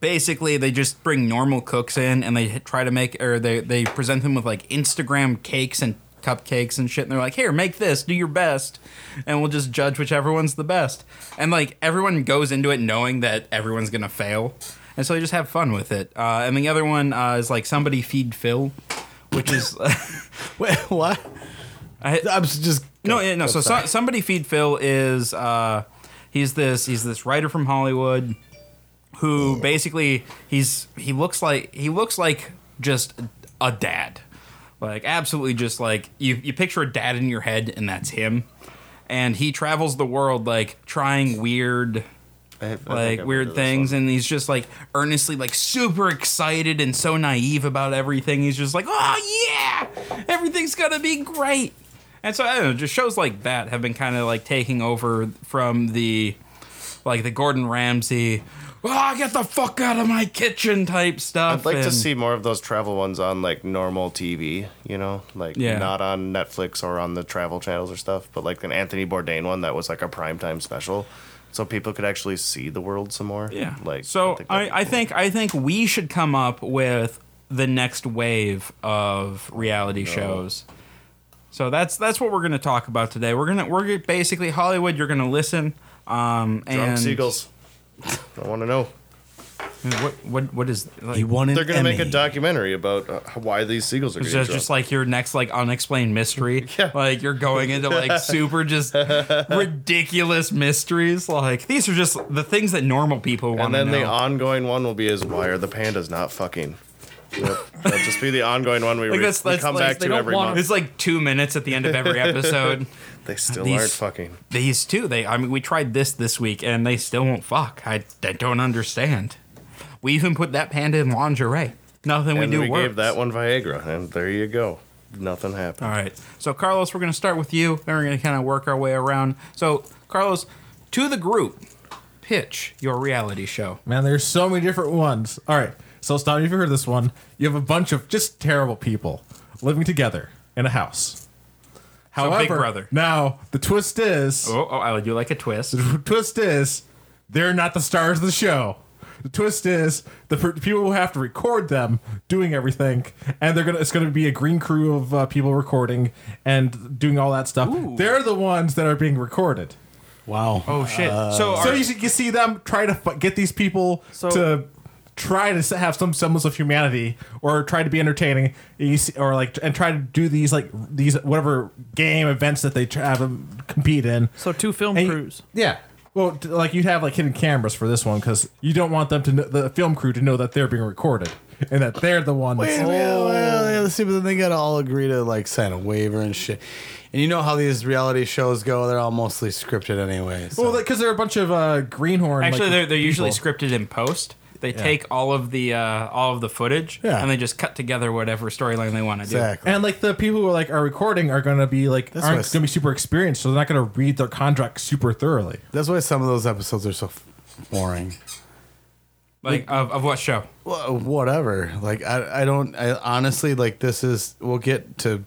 S2: Basically, they just bring normal cooks in and they try to make, or they, they present them with like Instagram cakes and cupcakes and shit. And they're like, here, make this, do your best. And we'll just judge whichever one's the best. And like everyone goes into it knowing that everyone's going to fail. And so they just have fun with it. Uh, and the other one uh, is like somebody feed Phil, which is.
S5: Wait, what?
S2: I-
S5: I'm s- just
S2: no, yeah, no.
S5: I'm
S2: So, so
S5: sorry.
S2: somebody feed Phil is uh, he's this he's this writer from Hollywood who basically he's he looks like he looks like just a dad, like absolutely just like you you picture a dad in your head and that's him, and he travels the world like trying weird
S4: I have- I think
S2: like
S4: I've heard
S2: weird
S4: of this
S2: things
S4: one.
S2: and he's just like earnestly like super excited and so naive about everything he's just like oh yeah everything's gonna be great and so i don't know just shows like that have been kind of like taking over from the like the gordon ramsay oh get the fuck out of my kitchen type stuff
S4: I'd like to
S2: and-
S4: see more of those travel ones on like normal TV, you know, like
S2: Yeah.
S4: not on Netflix or on the travel channels or stuff, but like an Anthony Bourdain one that was like a primetime special, so people could actually see the world some more.
S2: Yeah.
S4: like
S2: so
S4: think that'd
S2: I,
S4: be
S2: I
S4: cool.
S2: think I think we should come up with the next wave of reality shows. So that's that's what we're gonna talk about today. We're gonna we're gonna- basically Hollywood. You're gonna listen. Um, and
S4: drunk seagulls. I want to know.
S2: What what what is like,
S5: he won an
S4: They're gonna make a
S5: Emmy.
S4: documentary about uh, why these seagulls are
S2: It's
S4: getting
S2: just,
S4: drunk.
S2: just like your next like unexplained mystery. Like you're going into like super just ridiculous mysteries. Like these are just the things that normal people want
S4: and
S2: to know.
S4: then the ongoing one will be is why are the pandas not fucking? Yep. That'll just be the ongoing one we, re-
S2: that's-
S4: we
S2: that's
S4: come
S2: like-
S4: back
S2: they
S4: to
S2: don't
S4: every
S6: want-
S4: month.
S2: it's like two minutes at the end of every episode.
S4: They still
S2: these-
S4: aren't fucking.
S2: These two, they. I mean, we tried this this week, and they still won't fuck. I, I don't understand. We even put that panda in lingerie. Nothing we
S4: and
S2: do
S4: we
S2: works.
S4: gave that one Viagra, and there you go. Nothing happened.
S2: All right. So, Carlos, we're going to start with you, and we're going to kind of work our way around. So, Carlos, to the group, pitch your reality show.
S3: Man, there's so many different ones. All right, so stop. You've heard this one. You have a bunch of just terrible people living together in a house. However,
S2: Big Brother.
S3: now the twist is
S2: Oh, oh I do like a twist.
S3: the twist is they're not the stars of the show. The twist is the per- people who have to record them doing everything, and they're gonna. It's gonna be a green crew of uh, people recording and doing all that stuff. They're the ones that are being recorded.
S5: Wow.
S2: Oh, shit. so,
S3: So
S2: are,
S3: you see, you see them try to fu- get these people
S6: So-
S3: to try to s- have some semblance of humanity or try to be entertaining and you see, or like and try to do these like these whatever game events that they tr- have them compete in
S6: So two film
S3: And you-
S6: crews.
S3: yeah well t- like you'd have like hidden cameras for this one because you don't want them to know, the film crew to know that they're being recorded and that they're the one that's-
S5: well, yeah, let's see, but then they gotta all agree to like sign a waiver and shit. And you know how these reality shows go; they're all mostly scripted anyway. So.
S3: well because they're a bunch of uh greenhorn like,
S2: actually, they're, they're usually
S3: people.
S2: scripted in post. They take all of the uh, all of the footage
S5: Yeah.
S2: and they just cut together whatever storyline they want to do.
S5: exactly.
S3: And like the people who are like are recording are gonna be like
S5: That's
S3: aren't
S5: what I s-
S3: gonna be super experienced, so they're not gonna read their contract super thoroughly.
S5: That's why some of those episodes are so f- boring.
S2: Like of, of what show?
S5: Well, whatever. Like I, I don't. I honestly like this is. We'll get to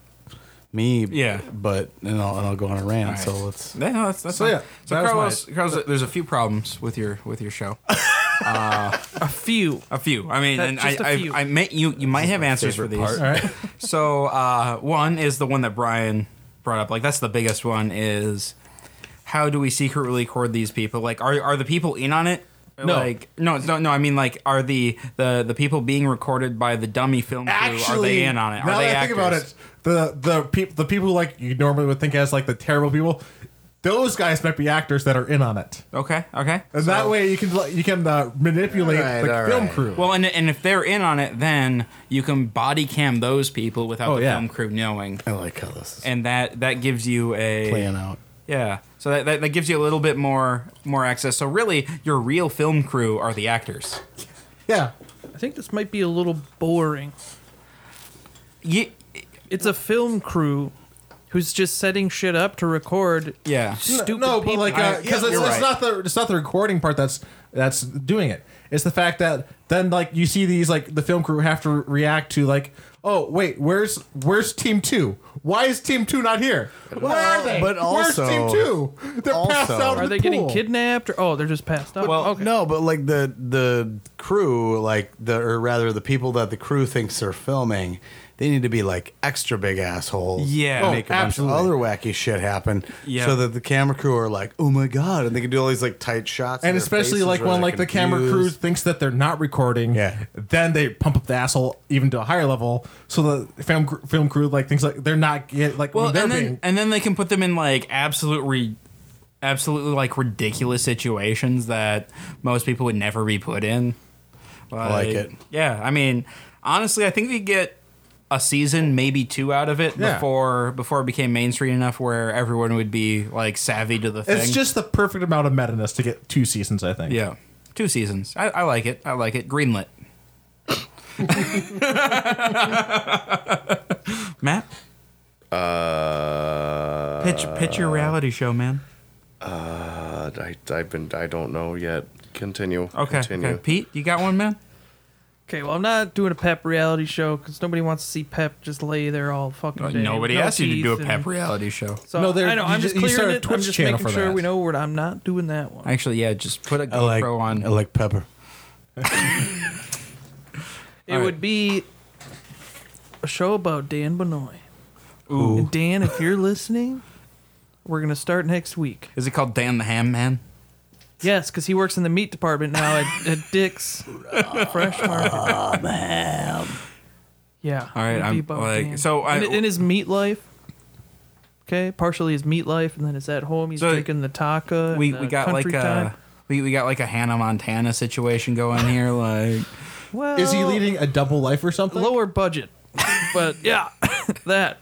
S5: me.
S2: Yeah.
S5: But and I'll, and I'll go on a rant.
S2: right.
S5: So let's.
S2: Yeah, no, that's, that's
S3: So,
S2: fine.
S3: yeah,
S2: So
S3: that
S2: Carlos,
S3: was
S2: Carlos, there's a few problems with your with your show.
S6: A few.
S2: A few. I mean,
S6: That-
S2: and I,
S6: just a
S2: I,
S6: few.
S2: I may, you you might have answers for these.
S3: All right.
S2: So uh, one is the one that Brian brought up. Like that's the biggest one is how do we secretly record these people? Like are are the people in on it?
S3: No.
S2: Like no, it's no, no. I mean, like, are the, the the people being recorded by the dummy film crew? are they in on it? Are
S3: now
S2: they
S3: that I
S2: actors?
S3: think about it, the the people the people like you normally would think as like the terrible people, those guys might be actors that are in on it,
S2: Okay, okay.
S3: and that way you can like, you can uh, manipulate
S5: All right,
S3: the
S5: all
S3: film
S5: right.
S3: crew.
S2: Well, and and if they're in on it, then you can body cam those people without
S3: Oh,
S2: the
S3: yeah.
S2: film crew knowing,
S5: I like how this is
S2: and that that gives you a
S5: playing out.
S2: Yeah. So that, that, that gives you a little bit more more access. So really, your real film crew are the actors.
S3: yeah,
S6: I think this might be a little boring.
S2: Ye-
S6: It's a film crew who's just setting shit up to record.
S2: yeah.
S6: Stupid
S3: no, but
S6: people.
S3: like
S2: I-
S3: because
S2: yeah,
S3: it's,
S2: you're
S3: it's
S2: right.
S3: not the it's not the recording part that's that's doing it. It's the fact that then like you see these like the film crew have to react to like oh wait where's where's team two why is team two not here where are they
S5: but also-
S3: where's team two they're passed
S5: also-
S3: out in
S6: Are
S3: the
S6: they getting
S3: pool.
S6: kidnapped or oh they're just passed out? Well, okay.
S5: No, but like the the crew, like the or rather the people that the crew thinks they're filming, they need to be like extra big assholes.
S2: Yeah.
S5: and
S2: Oh,
S5: make a bunch of
S3: absolutely.
S5: other wacky shit happen.
S2: Yeah.
S5: so that the camera crew are like, oh my god, and they can do all these like tight shots. of
S3: and
S5: their
S3: especially
S5: faces
S3: like
S5: where
S3: when
S5: they're
S3: like the camera crew
S5: confused.
S3: thinks that they're not recording
S5: Yeah.
S3: then they pump up the asshole even to a higher level so the film cr- film crew like thinks like they're not get like
S2: Well,
S3: they're
S2: and then
S3: being
S2: and then they can put them in like absolute re, absolutely like ridiculous situations that most people would never be put in.
S5: like it.
S2: Yeah. I mean, honestly, I think we get a season, maybe two out of it
S3: Yeah.
S2: before before it became mainstream enough where everyone would be like savvy to the thing.
S3: it's just the perfect amount of meta ness to get two seasons i think
S2: Yeah, two seasons. I, I like it. I like it. Greenlit. Matt,
S4: Uh,
S2: pitch pitch your reality show, man.
S4: uh, I, I've been. I don't know yet. Continue.
S2: Okay,
S4: Continue.
S2: okay. Pete, you got one, man.
S6: Okay, well I'm not doing a Pep reality show because nobody wants to see Pep just lay there all fucking day.
S2: Nobody
S6: with no
S2: asked you to do a
S6: teeth
S2: pep
S6: and-
S2: reality show.
S6: So
S3: No, there-
S6: I know.
S3: you
S6: I'm
S3: just-
S6: just
S3: you
S6: clearing
S3: started
S6: it. I'm
S3: Twitch
S6: just
S3: channel
S6: making
S3: for
S6: sure
S3: that.
S6: we know where I'm not doing that one.
S2: Actually, yeah, just put a
S5: I like,
S2: GoPro on.
S5: I like pepper.
S6: It would be a show about Dan Benoit.
S2: Ooh.
S6: And Dan, if you're listening, we're gonna start next week.
S2: Is it called Dan the Ham Man?
S6: Yes, because he works in the meat department now at, at Dick's Fresh Market. Yeah.
S2: All right,
S6: it'd be
S2: I'm,
S6: about
S2: like,
S6: Dan.
S2: so I-
S6: in, in his meat life. Okay, partially his meat life, and then it's at home. He's
S2: So
S6: drinking the taka. and
S2: We
S6: the
S2: we got like uh,
S6: country
S2: a
S6: time.
S2: we, we got like a Hannah Montana situation going here. Like
S6: Well,
S3: is he leading a double life or something
S6: lower budget? But yeah, that.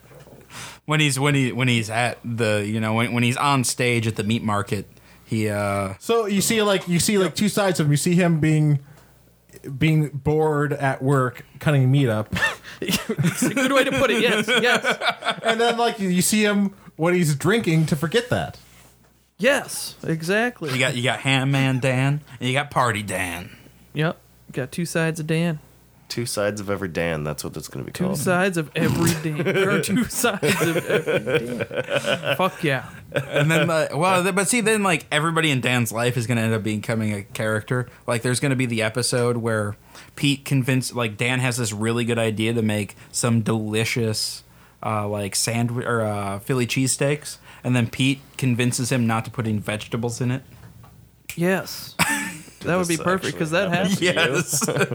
S2: when he's when he when he's at the you know when when he's on stage at the meat market, he uh
S3: so you see like you see like two sides of him you see him being being bored at work cutting meat up,
S6: It's a good way to put it. Yes, yes,
S3: and then like you see him when he's drinking to forget that.
S6: yes. Exactly.
S2: You got you got Ham Man Dan and you got Party Dan.
S6: Yep. Got two sides of Dan.
S4: Two sides of every Dan. That's what it's going to be
S6: Two
S4: called.
S6: sides of every Dan. There are two sides of every Dan. Fuck yeah.
S2: and then the, well th- but see then like everybody in dan's life is going to end up becoming a character like there's going to be the episode where pete convinced like dan has this really good idea to make some delicious uh, like sandwich or uh, philly cheesesteaks and then pete convinces him not to put any vegetables in it
S6: Yes. That would be
S4: this
S6: perfect because that
S4: actually
S6: happened.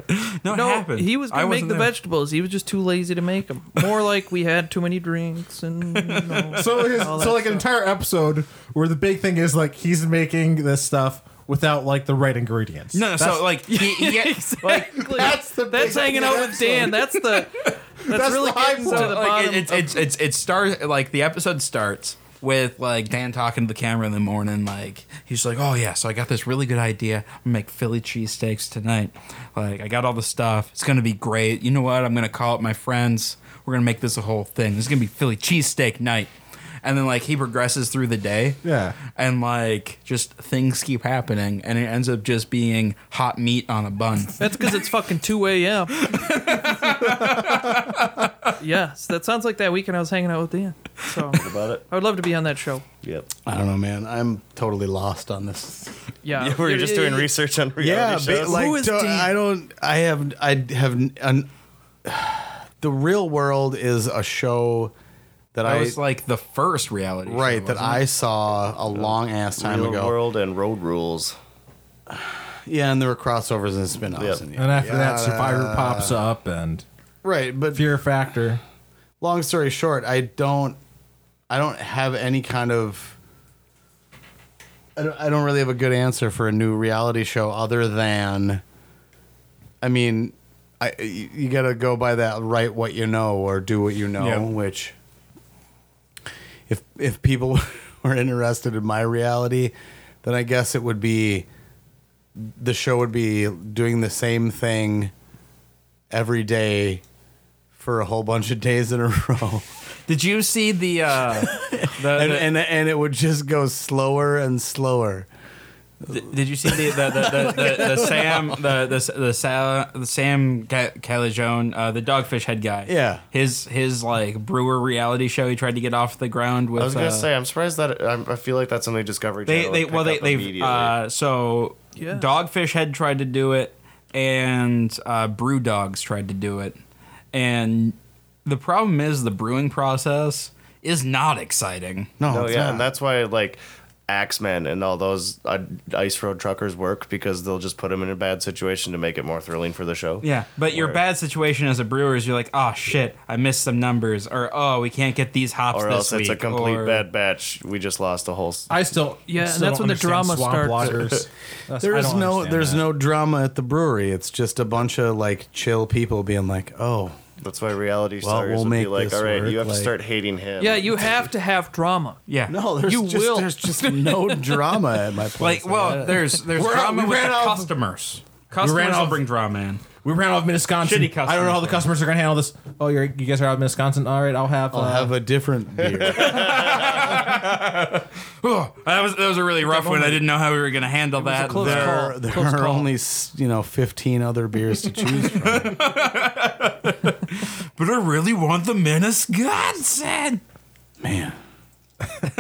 S2: yes no, it
S6: No,
S2: happened
S6: he was
S2: I
S6: gonna make
S2: wasn't
S6: the
S2: there.
S6: vegetables. He was just too lazy to make them. More like we had too many drinks and. you know,
S3: So his,
S6: all
S3: so
S6: that
S3: like an
S6: stuff.
S3: entire episode where the big thing is like he's making this stuff without like the right ingredients.
S2: no, no so like he, he get- like
S6: Exactly.
S3: That's the
S6: that's
S3: big
S6: hanging out with Dan. That's the that's, really
S3: the high
S6: getting to
S3: point.
S6: the
S2: like,
S6: bottom.
S2: it, it's, it's it's it starts like the episode starts with like Dan talking to the camera in the morning. Like he's like, "Oh yeah, so I got this really good idea. I'm gonna make Philly cheesesteaks tonight. Like I got all the stuff. It's gonna be great. You know what? I'm gonna call up my friends. We're gonna make this a whole thing. This is gonna be Philly cheesesteak night." And then like he progresses through the day,
S3: Yeah.
S2: and like just things keep happening, and it ends up just being hot meat on a bun.
S6: That's because it's fucking 2 a.m. yes, that sounds like that weekend I was hanging out with Dan. So
S4: About it.
S6: I would love to be on that show.
S4: Yep.
S5: I don't know, man. I'm totally lost on this.
S6: Yeah,
S4: Yeah, we were just doing research
S6: research.
S4: on reality
S5: Yeah,
S4: shows.
S5: but like
S6: Who is
S5: don't-
S6: Dean?
S5: I don't. I have. I have. An, the real world is a show that
S2: That
S5: I
S2: was like the first reality, show,
S5: right that
S2: wasn't
S5: I saw a long ass time
S4: Real
S5: ago.
S4: world and road rules.
S5: Yeah, and there were crossovers and spin-offs.
S4: Yep.
S5: And,
S3: And after
S5: yada,
S3: that, Survivor pops up and
S5: Right, but
S3: Fear Factor.
S5: long story short, I don't. I don't have any kind of. I don't, I don't really have a good answer for a new reality show other than. I mean, I you, you got to go by that write what you know or do what you know,
S2: Yeah.
S5: which. If if people were interested in my reality, then I guess it would be. The show would be doing the same thing every day for a whole bunch of days in a row.
S2: Did you see the uh, the,
S5: and,
S2: the-
S5: and and it would just go slower and slower.
S2: Th- Did you see the the, the, the, the, the Sam the the the, Sa- the Sam Ca- Calajone uh, the dogfish head guy?
S5: Yeah.
S2: his his like brewer reality show he tried to get off the ground with.
S4: I was gonna
S2: uh,
S4: say, I'm surprised that I, I feel like that's something Discovery
S2: they
S4: Channel
S2: they
S4: would
S2: well
S4: pick
S2: they
S4: up
S2: they
S4: immediately.
S2: uh, so
S6: Yeah.
S2: dogfish head tried to do it and uh, brew dogs tried to do it and the problem is the brewing process is not exciting.
S5: No,
S4: no, Oh,
S5: it's
S4: yeah,
S5: not.
S4: and that's why like Axemen and all those uh, ice road truckers work because they'll just put them in a bad situation to make it more thrilling for the show.
S2: Yeah, but your
S4: Or-
S2: bad situation as a brewer is you're like, oh shit, I missed some numbers, or oh, we can't get these hops
S4: Or
S2: this
S4: else
S2: week.
S4: it's a complete
S2: or-
S4: bad batch. We just lost a whole. s-
S3: I still
S6: Yeah, and
S3: still
S6: that's
S3: don't
S6: when the
S3: understand
S6: drama
S3: swamp
S6: starts.
S3: loggers. That's-
S5: there
S3: I
S5: is
S3: don't
S5: no
S3: understand
S5: there's
S3: that.
S5: no drama at the brewery. It's just a bunch of like chill people being like, "Oh,
S4: That's why reality
S5: Well,
S4: stars
S5: we'll
S4: would be
S5: make
S4: like,
S5: this
S4: all right,
S5: work,
S4: you have to
S5: like-
S4: start hating him.
S6: Yeah, you have to have drama.
S2: Yeah.
S5: no, there's
S6: You
S5: just
S6: will.
S5: there's just no drama at my place."
S2: Like, well, there's there's
S3: We're out-
S2: drama
S3: we
S2: with
S3: ran
S2: the
S3: out of-
S2: customers. Customers
S3: ran
S2: will
S3: out-
S2: bring drama in.
S3: We ran out of Wisconsin.
S2: Shitty
S3: I don't know how the
S2: customers.
S3: customers are gonna handle this. Oh, you're, you guys are out of Wisconsin. All right, I'll have.
S5: I'll
S3: uh,
S5: have a different beer.
S2: Oh, that was that was a really rough one. I didn't know how we were gonna handle that.
S6: close
S2: There-
S6: call.
S5: there there
S6: Close
S5: are
S6: call.
S5: only s- you know 15 other beers to choose from.
S2: But I really want the Menace Godson.
S5: Man,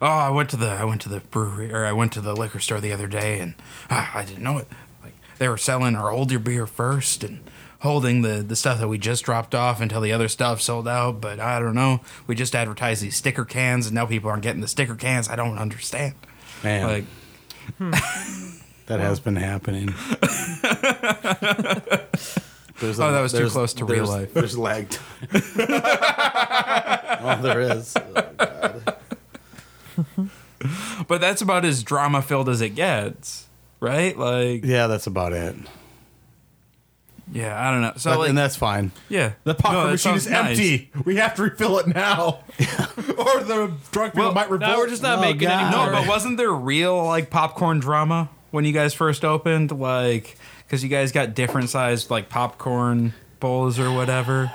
S2: Oh, I went to the I went to the brewery or I went to the liquor store the other day and ah, I didn't know it. Like they were selling our older beer first and holding the the stuff that we just dropped off until the other stuff sold out. But I don't know. We just advertised these sticker cans and now people aren't getting the sticker cans. I don't understand.
S5: man,
S2: Like
S5: that has been happening. There's
S2: Oh, that was too
S5: there's-
S2: close to
S5: there's-
S2: real life.
S5: There's lag time. oh, there is.
S2: But that's about as drama filled as it gets, right? Like, yeah,
S5: Yeah, that's about it.
S2: I don't know. So, like,
S5: and that's fine.
S2: yeah,
S3: The popcorn
S2: No, that
S3: machine
S2: sounds
S3: is
S2: nice.
S3: empty. We have to refill it now, or the drunk people
S2: Well,
S3: might
S6: Now
S3: report.
S6: we're just not
S5: Oh,
S6: making any
S5: God.
S2: No,
S6: more.
S2: but wasn't there real like popcorn drama? when you guys first opened, like because you guys got different sized like popcorn bowls or whatever.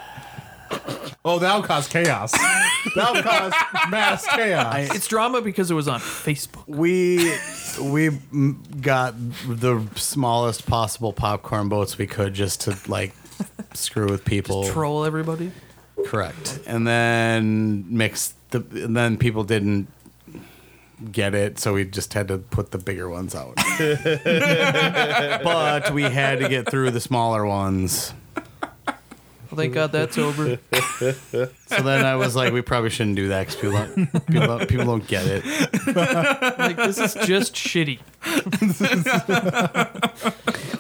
S3: Oh, that'll cause chaos. that'll cause mass chaos.
S6: It's drama because it was on Facebook.
S5: We we m- got the smallest possible popcorn boats we could just to like screw with people.
S6: Troll everybody.
S5: Correct. And then mix the and then people didn't get it, so we just had to put the bigger ones out. but we had to get through the smaller ones.
S6: Well, thank God that's over.
S5: So then I was like, we probably shouldn't do that because people don't, people, don't, people don't get it.
S6: Like this is just shitty.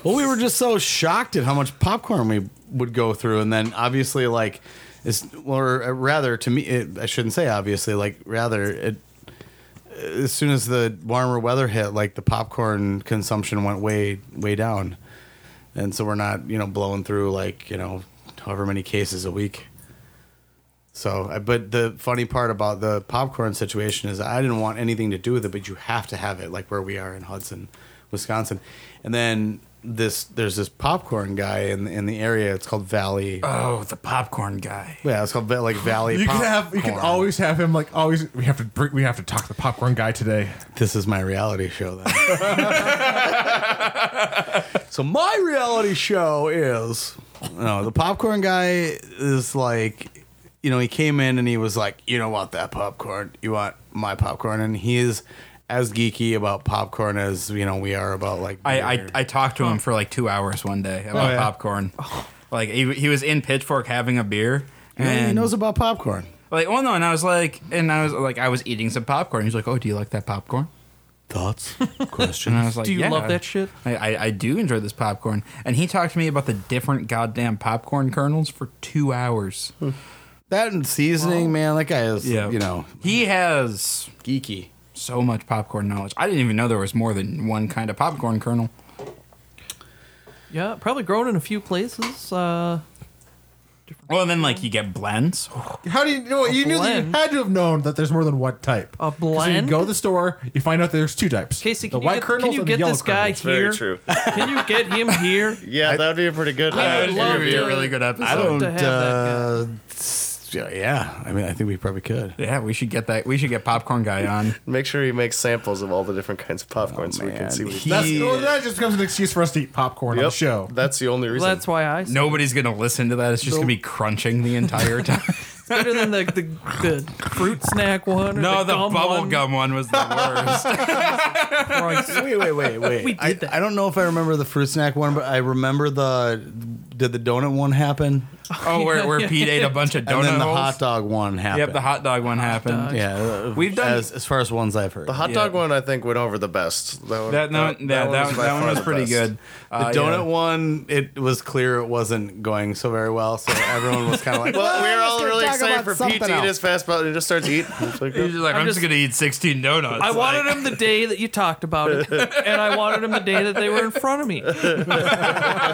S5: Well, we were just so shocked at how much popcorn we would go through, and then obviously, like, it's or uh, rather to me, it, I shouldn't say obviously, like rather it. As soon as the warmer weather hit, like the popcorn consumption went way way down, and so we're not you know blowing through like you know however many cases a week. So, I- but the funny part about the popcorn situation is I didn't want anything to do with it, but you have to have it, like where we are in Hudson, Wisconsin. And then this, there's this popcorn guy in in the area. It's called Valley.
S2: Oh, the popcorn guy.
S5: yeah, it's called Va- like Valley.
S3: Uh, You can have. You can
S5: Popcorn.
S3: always have him. Like always, we have to. Bring, we have to talk to the popcorn guy today.
S5: This is my reality show. Then. so my reality show is no. The popcorn guy is like, you know, he came in and he was like, you don't want that popcorn. You want my popcorn, and he is as geeky about popcorn as you know we are about like.
S2: I, I
S5: beer.
S2: I talked to him for like two hours one day
S5: Oh,
S2: about
S3: yeah.
S2: popcorn. Like he, he was in Pitchfork having a beer.
S5: Yeah,
S2: And
S5: he knows about popcorn.
S2: like oh no, and I was like, and I was like, I was eating some popcorn. He's like, oh, do you like that popcorn?
S5: Thoughts?
S2: And I
S5: Questions?
S2: was like,
S6: Do you
S2: yeah,
S6: love that shit?
S2: I, I, I do enjoy this popcorn. And he talked to me about the different goddamn popcorn kernels for two hours.
S5: that and seasoning, man. That guy is, you know,
S2: he has
S5: geeky.
S2: so much popcorn knowledge. I didn't even know there was more than one kind of popcorn kernel.
S6: Yeah, probably grown in a few places. Uh,
S2: Well, and then like you get blends.
S3: How do you know? You knew that you
S6: blend.
S3: had to have known that there's more than one type.
S6: A
S3: So you
S6: blend?
S3: go to the store, you find out there's two types.
S6: Casey,
S3: the
S6: can
S3: white
S6: you get,
S3: kernels
S6: can you
S3: and the
S6: get
S3: yellow
S6: this guy
S3: kernels.
S6: here?
S4: Very true.
S6: Can you get him here?
S4: Yeah, that would be a pretty good.
S6: I would
S4: uh,
S6: love
S4: interview.
S6: it.
S2: really good episode.
S5: I don't.
S6: to have that
S5: Uh, s- yeah, I mean, I think we probably could.
S2: yeah, we should get that. We should get popcorn guy on.
S4: Make sure he makes samples of all the different kinds of popcorn so we can
S5: Oh, man.
S4: see what
S5: He-
S3: That's,
S5: Yeah.
S3: well, that just becomes an excuse for us to eat popcorn on the
S4: Yep,
S3: show.
S4: That's the only reason.
S6: Well, that's why I. said
S2: Nobody's gonna listen to that. It's just gonna be crunching the entire time.
S6: Better than the, the the fruit snack one. Or
S2: no,
S6: the,
S2: the
S6: gum one.
S2: bubblegum one was the worst.
S6: Christ.
S5: oh, Wait, wait, wait, wait.
S6: We did
S5: I,
S6: that.
S5: I don't know if I remember the fruit snack one, but I remember the did the donut one happen,
S2: Oh, where, where Pete ate a bunch of
S5: and
S2: donut
S5: then the
S2: holes.
S5: hot dog one happened.
S2: Yep, the hot dog one happened.
S5: Yeah, uh,
S2: We've done-
S5: as, as far as ones I've heard.
S4: the hot
S2: Yeah.
S4: dog one, I think, went over the best. That one,
S2: That no, that that, that,
S4: by
S2: one
S4: far
S2: was
S4: the
S2: pretty
S4: best.
S2: good.
S5: The
S2: Uh,
S5: donut
S2: yeah.
S5: one, it was clear it wasn't going so very well, so everyone was kind of like,
S4: Well, we were all
S5: gonna
S4: really
S5: talk
S4: excited
S5: about
S4: for Pete
S5: something
S4: to eat
S5: else.
S4: his fast food and just starts eating. It's like, "Oh."
S2: He's just like, I'm, just,
S6: just-
S2: gonna eat 16 donuts.
S6: I wanted
S2: like,
S6: him the day that you talked about it, and I wanted him the day that they were in front of me. and so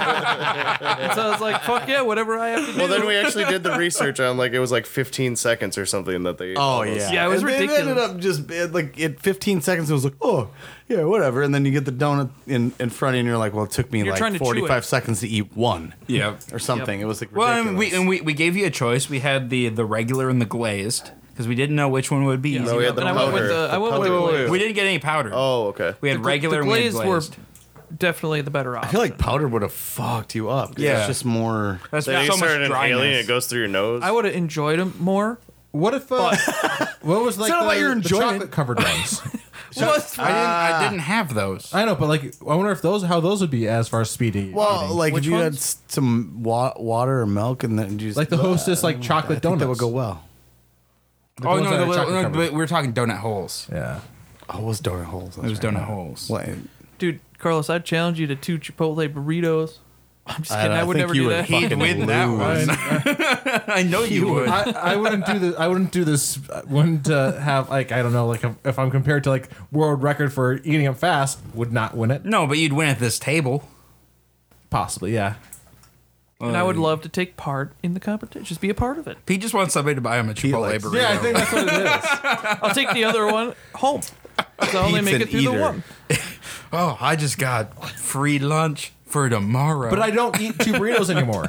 S6: I was like, "Fuck yeah, whatever I have to do."
S4: well, then we actually did the research on like it was like 15 seconds or something that they. ate
S5: Oh
S4: all those.
S5: yeah,
S6: Yeah, it was
S5: And they ended
S6: ridiculous.
S5: up just it, like at 15 seconds. It was like, oh yeah, whatever. And then you get the donut in in front, of you and you're like, well, it took me
S6: You're trying
S5: like
S6: to chew
S5: 45
S6: it.
S5: seconds to eat one
S2: yeah.
S5: or something. It was like
S2: Well,
S5: ridiculous.
S2: and we and we, we gave you a choice. We had the the regular and the glazed because we didn't know which one would be. easy.
S4: No, we had the
S6: and I went
S4: powder.
S6: with the I went with the
S5: powder. Wait, wait,
S6: glaze.
S5: wait.
S2: We didn't get any powder.
S4: Oh, okay.
S2: we had regular
S6: the
S2: and we had
S6: glaze were
S2: glazed.
S6: definitely the better option.
S5: I feel like powder would have fucked you up. Yeah,
S2: Yeah.
S5: it's just more.
S2: That's
S4: Then you
S2: so much
S4: start inhaling,
S2: dryness.
S4: it goes through your nose.
S6: I would have enjoyed him more.
S3: What if? Uh, what was like
S5: not about
S3: the,
S5: your
S3: the
S5: enjoyment.
S3: chocolate covered ones?
S6: What's-
S2: I didn't. I didn't have those.
S3: I know, but like, I wonder if those how those would be as far as speedy.
S5: Well, like
S6: Which
S5: if you had
S6: ones?
S5: s- some wa- water or milk and then just
S3: like the hostess like chocolate donuts
S5: that would go well.
S2: oh
S3: ones
S2: no,
S3: that
S2: the
S3: are
S2: little,
S3: chocolate
S2: no,
S3: covered.
S2: but we were talking donut holes.
S3: Yeah.
S5: Oh, it was donut holes.
S2: It was donut holes.
S5: Well,
S6: dude, Carlos, I'd challenge you to two Chipotle burritos. I'm just
S5: I
S6: kidding.
S5: don't-
S6: I,
S5: I
S6: would
S5: think
S6: never
S5: you
S6: do
S5: would
S6: that.
S5: hate-
S2: He'd
S5: Fucking
S2: win that
S5: lose.
S2: one. I know you would.
S3: I, I wouldn't do this. I wouldn't do this. I wouldn't uh, have like I don't know. Like if, if I'm compared to like world record for eating them fast, would not win it.
S2: no, but you'd win at this table.
S3: Possibly, yeah.
S6: and I would love to take part in the competition. Just be a part of it.
S2: Pete just wants somebody to buy him a Chipotle
S5: likes-
S2: burrito.
S3: Yeah, I think that's what it is.
S6: I'll take the other one home. So I only
S5: Pete's
S6: make
S5: an
S6: it through
S5: eater.
S6: the one.
S2: oh, I just got free lunch for tomorrow.
S3: But I don't eat two burritos anymore.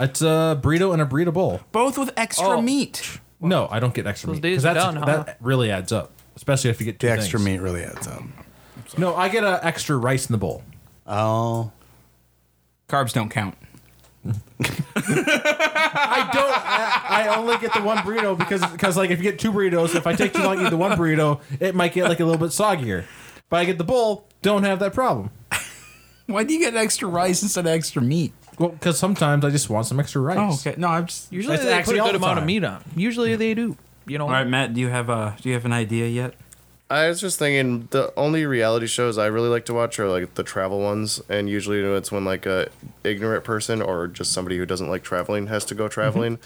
S3: It's a burrito and a burrito bowl.
S2: both with extra
S3: Oh.
S2: meat.
S3: No, I don't get extra
S6: Those
S3: meat
S6: days
S3: because
S6: are
S3: that's
S6: done, huh?
S3: that really adds up, especially if you get two
S5: The extra
S3: things.
S5: meat really adds up.
S3: No, I get an extra rice in the bowl.
S5: Oh,
S2: Carbs don't count.
S3: I don't. I, I only get the one burrito because because like if you get two burritos, if I take too long to eat the one burrito, it might get like a little bit soggier. But I get the bowl, don't have that problem.
S2: Why do you get extra rice instead of extra meat?
S3: Well, because sometimes I just want some extra rice.
S2: Oh, okay. No, I'm just.
S6: Usually
S3: That's
S6: they put
S3: actually
S6: a
S3: all
S6: good
S3: the
S6: amount of
S3: time.
S6: meat on. Usually they do. You know.
S2: All right, Matt. Do you have a? Do you have an idea yet?
S4: I was just thinking the only reality shows I really like to watch are like the travel ones, and usually you know, it's when like a ignorant person or just somebody who doesn't like traveling has to
S2: Mm-hmm.
S4: go traveling.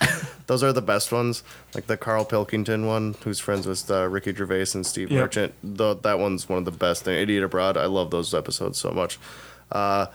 S4: Those are the best ones, like the Carl Pilkington one, who's friends with uh, Ricky Gervais and Steve
S2: Yep.
S4: Merchant. Tho- that one's one of the best. And Idiot Abroad, I love those episodes so much. Uh,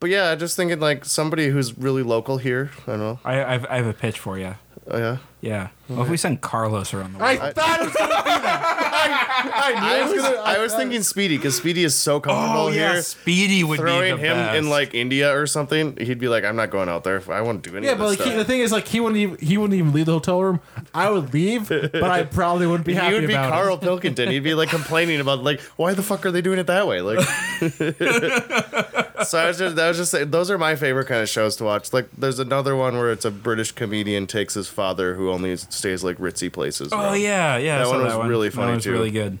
S4: but yeah, just thinking like somebody who's really local here. I don't know.
S2: I I've, I have a pitch for you.
S4: Oh, yeah.
S2: Yeah. Well, if we send Carlos around the world,
S3: I thought it was gonna be
S4: I was, gonna, I was thinking Speedy because Speedy is so comfortable Oh, here.
S2: Oh, Speedy would
S4: throwing
S2: be the
S4: him
S2: best.
S4: in like India or something, he'd be like, "I'm not going out there. I won't do any
S3: Yeah,
S4: of
S3: but
S4: this
S3: like he, the
S4: stuff."
S3: thing is, like he wouldn't even he wouldn't even leave the hotel room. I would leave, but I probably wouldn't be happy
S4: he would be
S3: about
S4: Carl
S3: it.
S4: Pilkington. He'd be like complaining about like, "Why the fuck are they doing it that way?" Like, so I was just that was just saying, those are my favorite kind of shows to watch. Like, there's another one where it's a British comedian takes his father who only stays like ritzy places.
S2: Oh
S4: around.
S2: yeah, yeah. I
S4: That
S2: saw
S4: one was really
S2: That
S4: funny,
S2: was
S4: too.
S2: really good.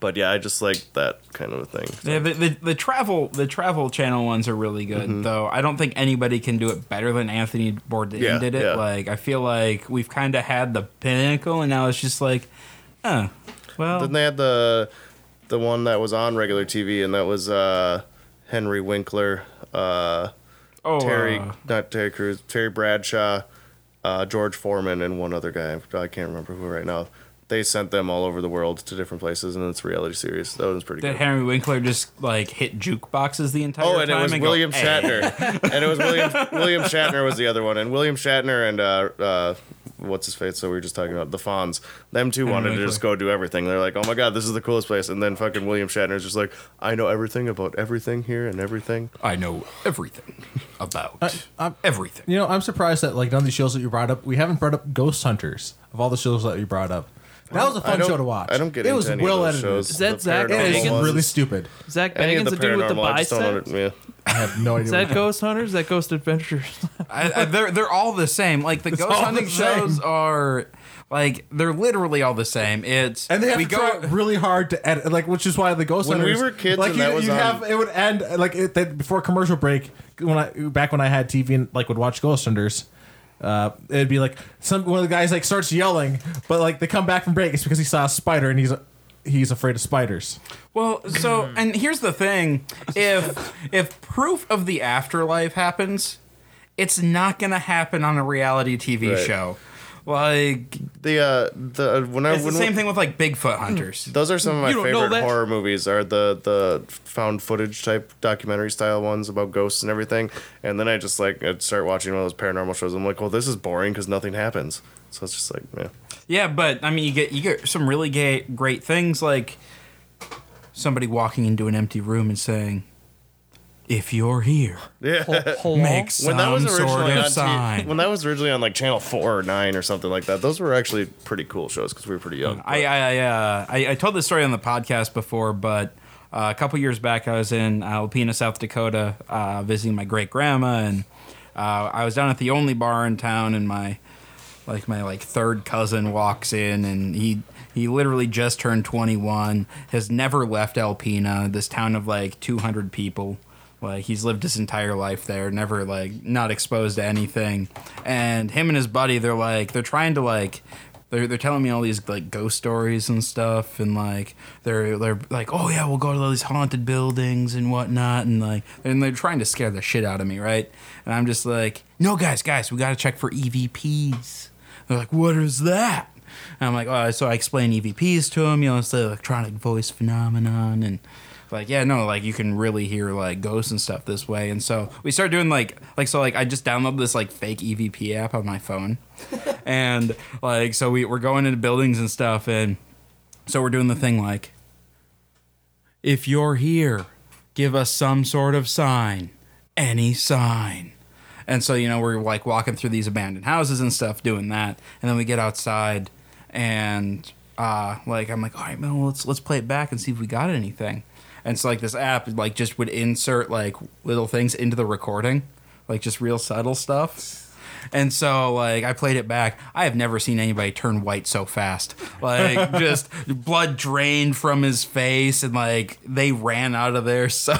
S4: But yeah, I just like that kind of a thing.
S2: Yeah, the, the, the travel the travel channel ones are really good
S4: Mm-hmm.
S2: though. I don't think anybody can do it better than Anthony Bourdain
S4: Yeah,
S2: did it.
S4: yeah.
S2: Like I feel like we've kind of had the pinnacle, and now it's just like, oh, well,
S4: Then they had the the one that was on regular TV, and that was uh, Henry Winkler. Uh,
S2: oh,
S4: Terry,
S2: uh,
S4: not Terry Crews, Terry Bradshaw, uh, George Foreman, and one other guy. I can't remember who right now. They sent them all over the world to different places, and it's a reality series. That was pretty
S2: did
S4: good.
S2: Henry Winkler just like hit jukeboxes the entire time?
S4: oh, and it was
S2: go,
S4: William
S2: "Hey."
S4: Shatner, and it was William William Shatner was the other one, and William Shatner and uh, uh, what's his face? So we were just talking about the Fonz. Them two wanted to
S2: Winkler.
S4: just go do everything. They're like, oh my god, this is the coolest place, and then fucking William Shatner's just like, I know everything about everything here and everything.
S2: I know everything about
S3: I'm-
S2: everything.
S3: You know, I'm surprised that like none of the shows that you brought up, we haven't brought up Ghost Hunters of all the shows that you brought up. That was a
S4: I
S3: fun
S4: don't-
S3: show to watch.
S4: I don't get
S3: it
S4: into
S3: was
S4: any
S3: well
S4: of those
S3: edited.
S4: shows.
S6: Is that
S4: The
S6: Zach
S4: paranormal
S3: It is
S6: Baggins?
S4: ones.
S3: really stupid.
S6: Zach
S4: Any of
S6: Bagans, the, dude with the
S4: paranormal, I just don't
S6: biceps.
S4: under- yeah.
S3: I have no idea.
S6: Is that Ghost Hunters? Is that Ghost Adventures?
S2: I, I, they're they're all the same. Like the ghost
S3: all the
S2: hunting
S3: same.
S2: shows are like they're literally all the same. It's
S3: And they have
S2: we
S3: to try really hard to edit, like which is why the Ghost
S4: When we
S3: Hunters-
S4: were kids
S3: like
S4: and
S3: you,
S4: that was
S3: you
S4: on-
S3: have it would end like it, that before commercial break when I back when I had TV and like would watch Ghost Hunters. Uh, it'd be like some one of the guys like starts yelling, but like they come back from break, it's because he saw a spider and he's he's afraid of spiders.
S2: Well, so and here's the thing: if if proof of the afterlife happens, it's not gonna happen on a reality TV
S4: Right.
S2: show. Like
S4: The uh the when I
S2: it's
S4: when Mm.
S2: the same thing with like Bigfoot hunters.
S4: Those are some of my
S6: You don't know
S4: favorite
S6: that.
S4: horror movies. Are the the found footage type documentary style ones about ghosts and everything. And then I just like I'd start watching one of those paranormal shows. I'm like, well, this is boring because nothing happens. So it's just like, yeah.
S2: Yeah, but I mean, you get you get some really gay, great things like somebody walking into an empty room and saying, "If you're here, make some
S4: When that was
S2: sort
S4: originally
S2: of
S4: on
S2: sign."
S4: T- when that was originally on like Channel Four or Nine or something like that, those were actually pretty cool shows because we were pretty young.
S2: I I I, uh, I I told this story on the podcast before, but uh, a couple years back, I was in uh, Alpena, South Dakota, uh, visiting my great grandma, and uh, I was down at the only bar in town, and my like my like third cousin walks in, and he he literally just turned 21, has never left Alpena, this town of like 200 people. Like he's lived his entire life there, never like not exposed to anything. And him and his buddy, they're like they're trying to like they're they're telling me all these like ghost stories and stuff, and like they're they're like, oh yeah, we'll go to all these haunted buildings and whatnot, and like and they're trying to scare the shit out of me, right? And I'm just like, no, guys, guys, we gotta check for EVPs. They're like, what is that? And I'm like, oh, so I explain EVPs to him, you know, it's the electronic voice phenomenon, and like yeah no like you can really hear like ghosts and stuff this way and so we started doing like like so like i just downloaded this like fake evp app on my phone and like so we, we're going into buildings and stuff and so we're doing the thing like if you're here give us some sort of sign, any sign. And so, you know, we're like walking through these abandoned houses and stuff doing that. And then we get outside and uh like I'm like, all right, man, well, let's let's play it back and see if we got anything. And so like this app like just would insert like little things into the recording, like just real subtle stuff. And so like I played it back. I have never seen anybody turn white so fast. Like just blood drained from his face and like they ran out of there so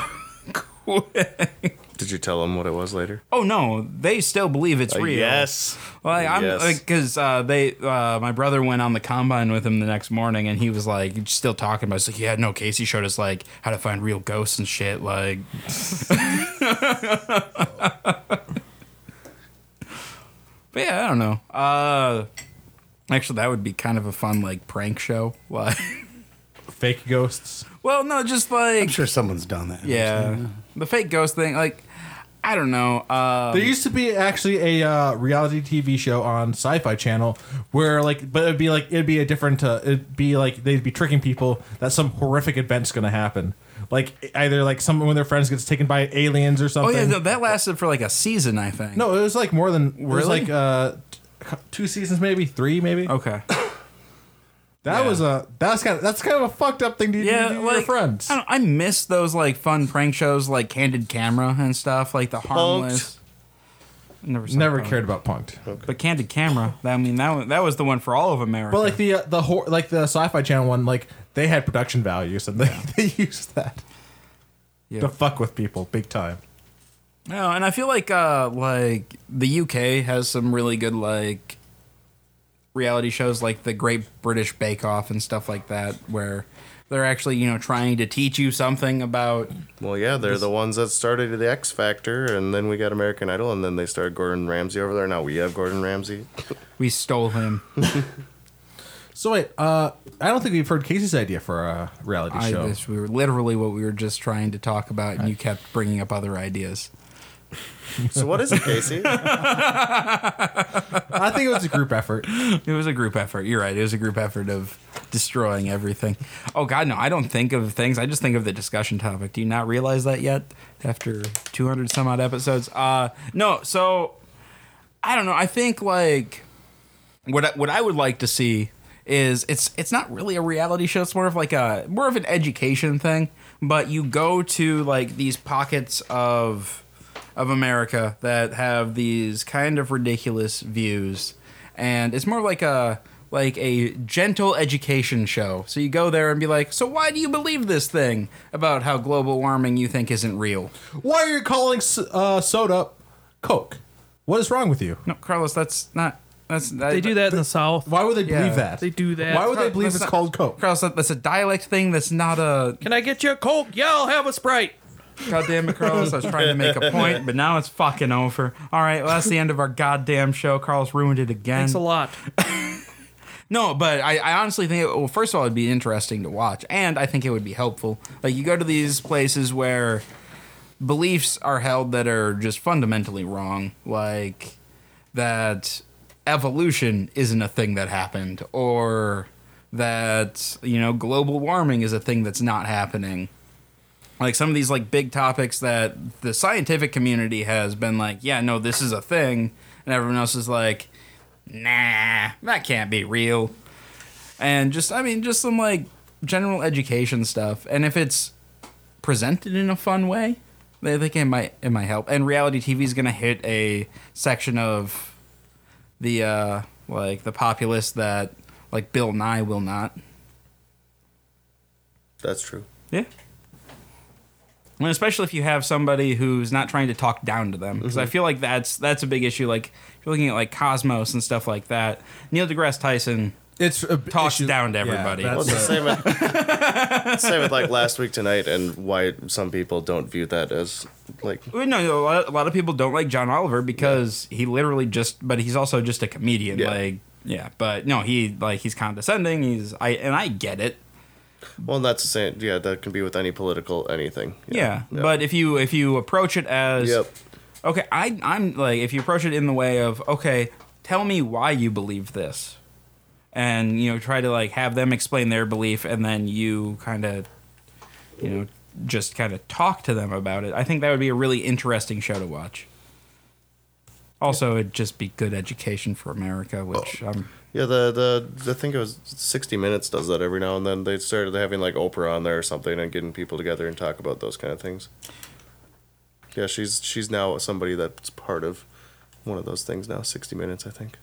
S2: quick.
S4: Did you tell him what it was later?
S2: Oh no, they still believe it's
S4: Uh,
S2: real.
S4: Yes.
S2: Like I'm
S4: Yes.
S2: because uh, they uh, my brother went on the combine with him the next morning and he was like still talking about it. it's like yeah no Casey showed us like how to find real ghosts and shit like but yeah I don't know uh actually that would be kind of a fun like prank show like
S3: Fake ghosts.
S2: well no just like
S5: I'm sure someone's done that.
S2: yeah the fake ghost thing like I don't know uh
S3: There used to be actually a uh, reality TV show on Sci-Fi Channel where like, but it'd be like it'd be a different. Uh, it'd be like they'd be tricking people that some horrific event's gonna happen. Like either like someone when their friends gets taken by aliens or
S2: oh
S3: something.
S2: yeah no, that lasted for like a season I think
S3: No, it was like more than it was
S2: Really?
S3: like uh, t- two seasons, maybe three, maybe.
S2: okay.
S3: That was a that's kind of that's kind of a fucked up thing to
S2: yeah,
S3: do to your
S2: like
S3: friends.
S2: I, don't, I miss those like fun prank shows, like Candid Camera and stuff, like the harmless. Never, saw
S3: Never
S2: Punk'd.
S3: cared about punked.
S2: But Candid Camera, that- I mean, that one, that was the one for all of America.
S3: But like the uh, the hor- like the sci-fi channel one, like they had production values and they, they used that
S2: Yeah.
S3: to fuck with people big time.
S2: No, and I feel like uh like the UK has some really good like reality shows like the Great British Bake Off and stuff like that where they're actually, you know, trying to teach you something about
S4: Well, yeah, they're the ones that started the X Factor, and then we got American Idol, and then they started Gordon Ramsay over there. Now we have Gordon Ramsay.
S2: we stole him.
S3: So wait, uh, I don't think we've heard Casey's idea for a reality
S2: I,
S3: show.
S2: this, we were literally what we were just trying to talk about and you kept bringing up other ideas.
S4: So what is it, Casey?
S3: I think it was a group effort.
S2: It was a group effort. You're right. It was a group effort of destroying everything. Oh God, no! I don't think of things. I just think of the discussion topic. Do you not realize that yet? After 200 some odd episodes. Uh, no. So I don't know. I think like what I, what I would like to see is it's it's not really a reality show. It's more of like a more of an education thing. But you go to like these pockets of of America that have these kind of ridiculous views, and it's more like a like a gentle education show. So you go there and be like, "So why do you believe this thing about how global warming you think isn't real?"
S3: Why are you calling s- uh, soda Coke? What is wrong with you?
S2: No, Carlos, that's not that's
S6: They do that in the South.
S3: Why would they
S2: Yeah,
S3: believe that?
S6: they do that.
S3: Why would they
S6: That's
S3: believe it's
S2: not-
S3: called Coke?
S2: Carlos, that, that's a dialect thing. That's not a
S6: Can I get you a Coke? Yeah, I'll have a Sprite.
S2: goddamn it, Carlos. I was trying to make a point, but now it's fucking over. All right, well that's the end of our goddamn show. Carlos ruined it again.
S6: Thanks a lot.
S2: No, but I, I honestly think, it, well, first of all, it'd be interesting to watch, and I think it would be helpful. Like, you go to these places where beliefs are held that are just fundamentally wrong, like that evolution isn't a thing that happened, or that, you know, global warming is a thing that's not happening. Like some of these like big topics that the scientific community has been like, yeah, no, this is a thing, and everyone else is like, nah, that can't be real. And just, I mean, just some like general education stuff. And if it's presented in a fun way, I think it might it might help. And reality TV is gonna hit a section of the uh, like the populace that like Bill Nye will not.
S4: That's true.
S2: Yeah. And especially if you have somebody who's not trying to talk down to them, because I feel like that's that's a big issue. Like if you're looking at like Cosmos and stuff like that. Neil deGrasse Tyson
S3: It's a b-
S2: talks
S3: issue-
S2: down to
S3: Yeah,
S2: everybody.
S4: Well,
S3: that's
S4: it's the
S3: a-
S4: same with, same with like last week tonight, and why some people don't view that as like
S2: Well, no, a lot, a lot of people don't like John Oliver because he literally just, but he's also just a comedian.
S4: Yeah.
S2: Like, yeah, but no, he like he's condescending. He's I and I get it.
S4: well, that's the same. Yeah, that can be with any political anything.
S2: Yeah, but if you if you approach it as
S4: Yep.
S2: okay, I I'm like if you approach it in the way of okay, tell me why you believe this, and you know try to like have them explain their belief, and then you kind of you know just kind of talk to them about it. I think that would be a really interesting show to watch. Also, it'd just be good education for America, which um,
S4: Yeah, the the I think it was 60 Minutes does that every now and then. They started having like Oprah on there or something and getting people together and talk about those kind of things. Yeah, she's she's now somebody that's part of one of those things now. 60 Minutes, I think.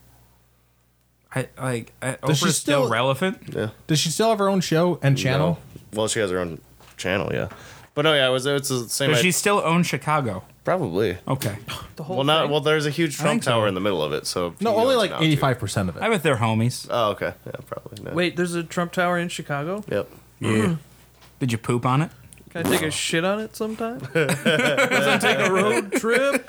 S2: I like. I,
S3: Does she
S2: Oprah's still,
S3: still-
S2: relevant.
S4: Yeah.
S3: Does she still have her own show and channel?
S4: Well, she has her own channel, yeah. But no, yeah, it was it's the same.
S2: Does
S4: I-
S2: she still own Chicago?
S4: probably.
S2: Okay,
S6: The whole
S4: Well, not
S6: thing.
S4: well. There's a huge Trump
S2: think so.
S4: tower in the middle of it, so
S3: No,
S4: he
S3: only
S4: owns
S3: like
S4: it now, too.
S3: eighty five percent of it.
S2: I bet they're homies.
S4: Oh, okay. Yeah, probably. No.
S6: Wait, there's a Trump Tower in Chicago.
S4: Yep. Mm-hmm.
S5: Yeah.
S2: Did you poop on it?
S6: Can I take a shit on it sometime? Does I take a road trip?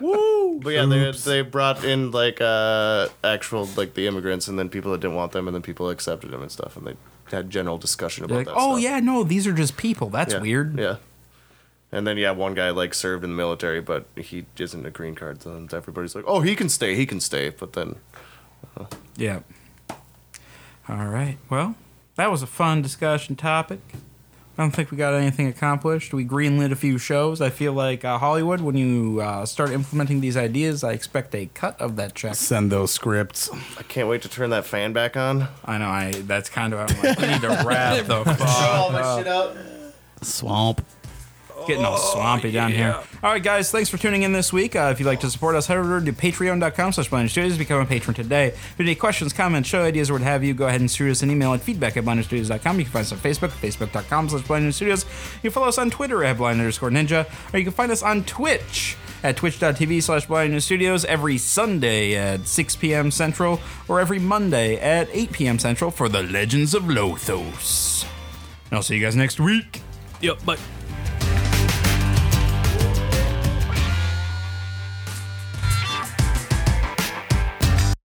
S4: But yeah, they, they brought in like uh, actual like the immigrants, and then people that didn't want them, and then people accepted them and stuff, and they had general discussion about
S2: They're like,
S4: that.
S2: oh
S4: stuff.
S2: yeah, no, these are just people. That's
S4: Yeah,
S2: weird.
S4: Yeah. And then yeah, one guy like served in the military, but he isn't a green card, so then everybody's like, oh, he can stay, he can stay, but then
S2: Yeah. All right. Well, that was a fun discussion topic. I don't think we got anything accomplished. We greenlit a few shows. I feel like uh, Hollywood, when you uh, start implementing these ideas, I expect a cut of that check.
S5: Send those scripts.
S4: I can't wait to turn that fan back on.
S2: I know. I that's kind of. I'm like, we need to wrap the fuck.
S4: All my shit out.
S5: Swamp.
S2: Getting all swampy down here. All right, guys. Thanks for tuning in this week. Uh, if you'd like to support us, head over to patreon.com slash Blender Studios. Become a patron today. If you have any questions, comments, show ideas, or what have you, go ahead and shoot us an email at feedback at blinderstudios.com. You can find us on Facebook, facebook.com slash Blender Studios. You can follow us on Twitter at blind underscore ninja, or you can find us on Twitch at twitch.tv slash blind news studios every Sunday at 6 p.m. Central or every Monday at 8 p.m. Central for the Legends of Lothos. And I'll see you guys next week.
S6: Yep, but.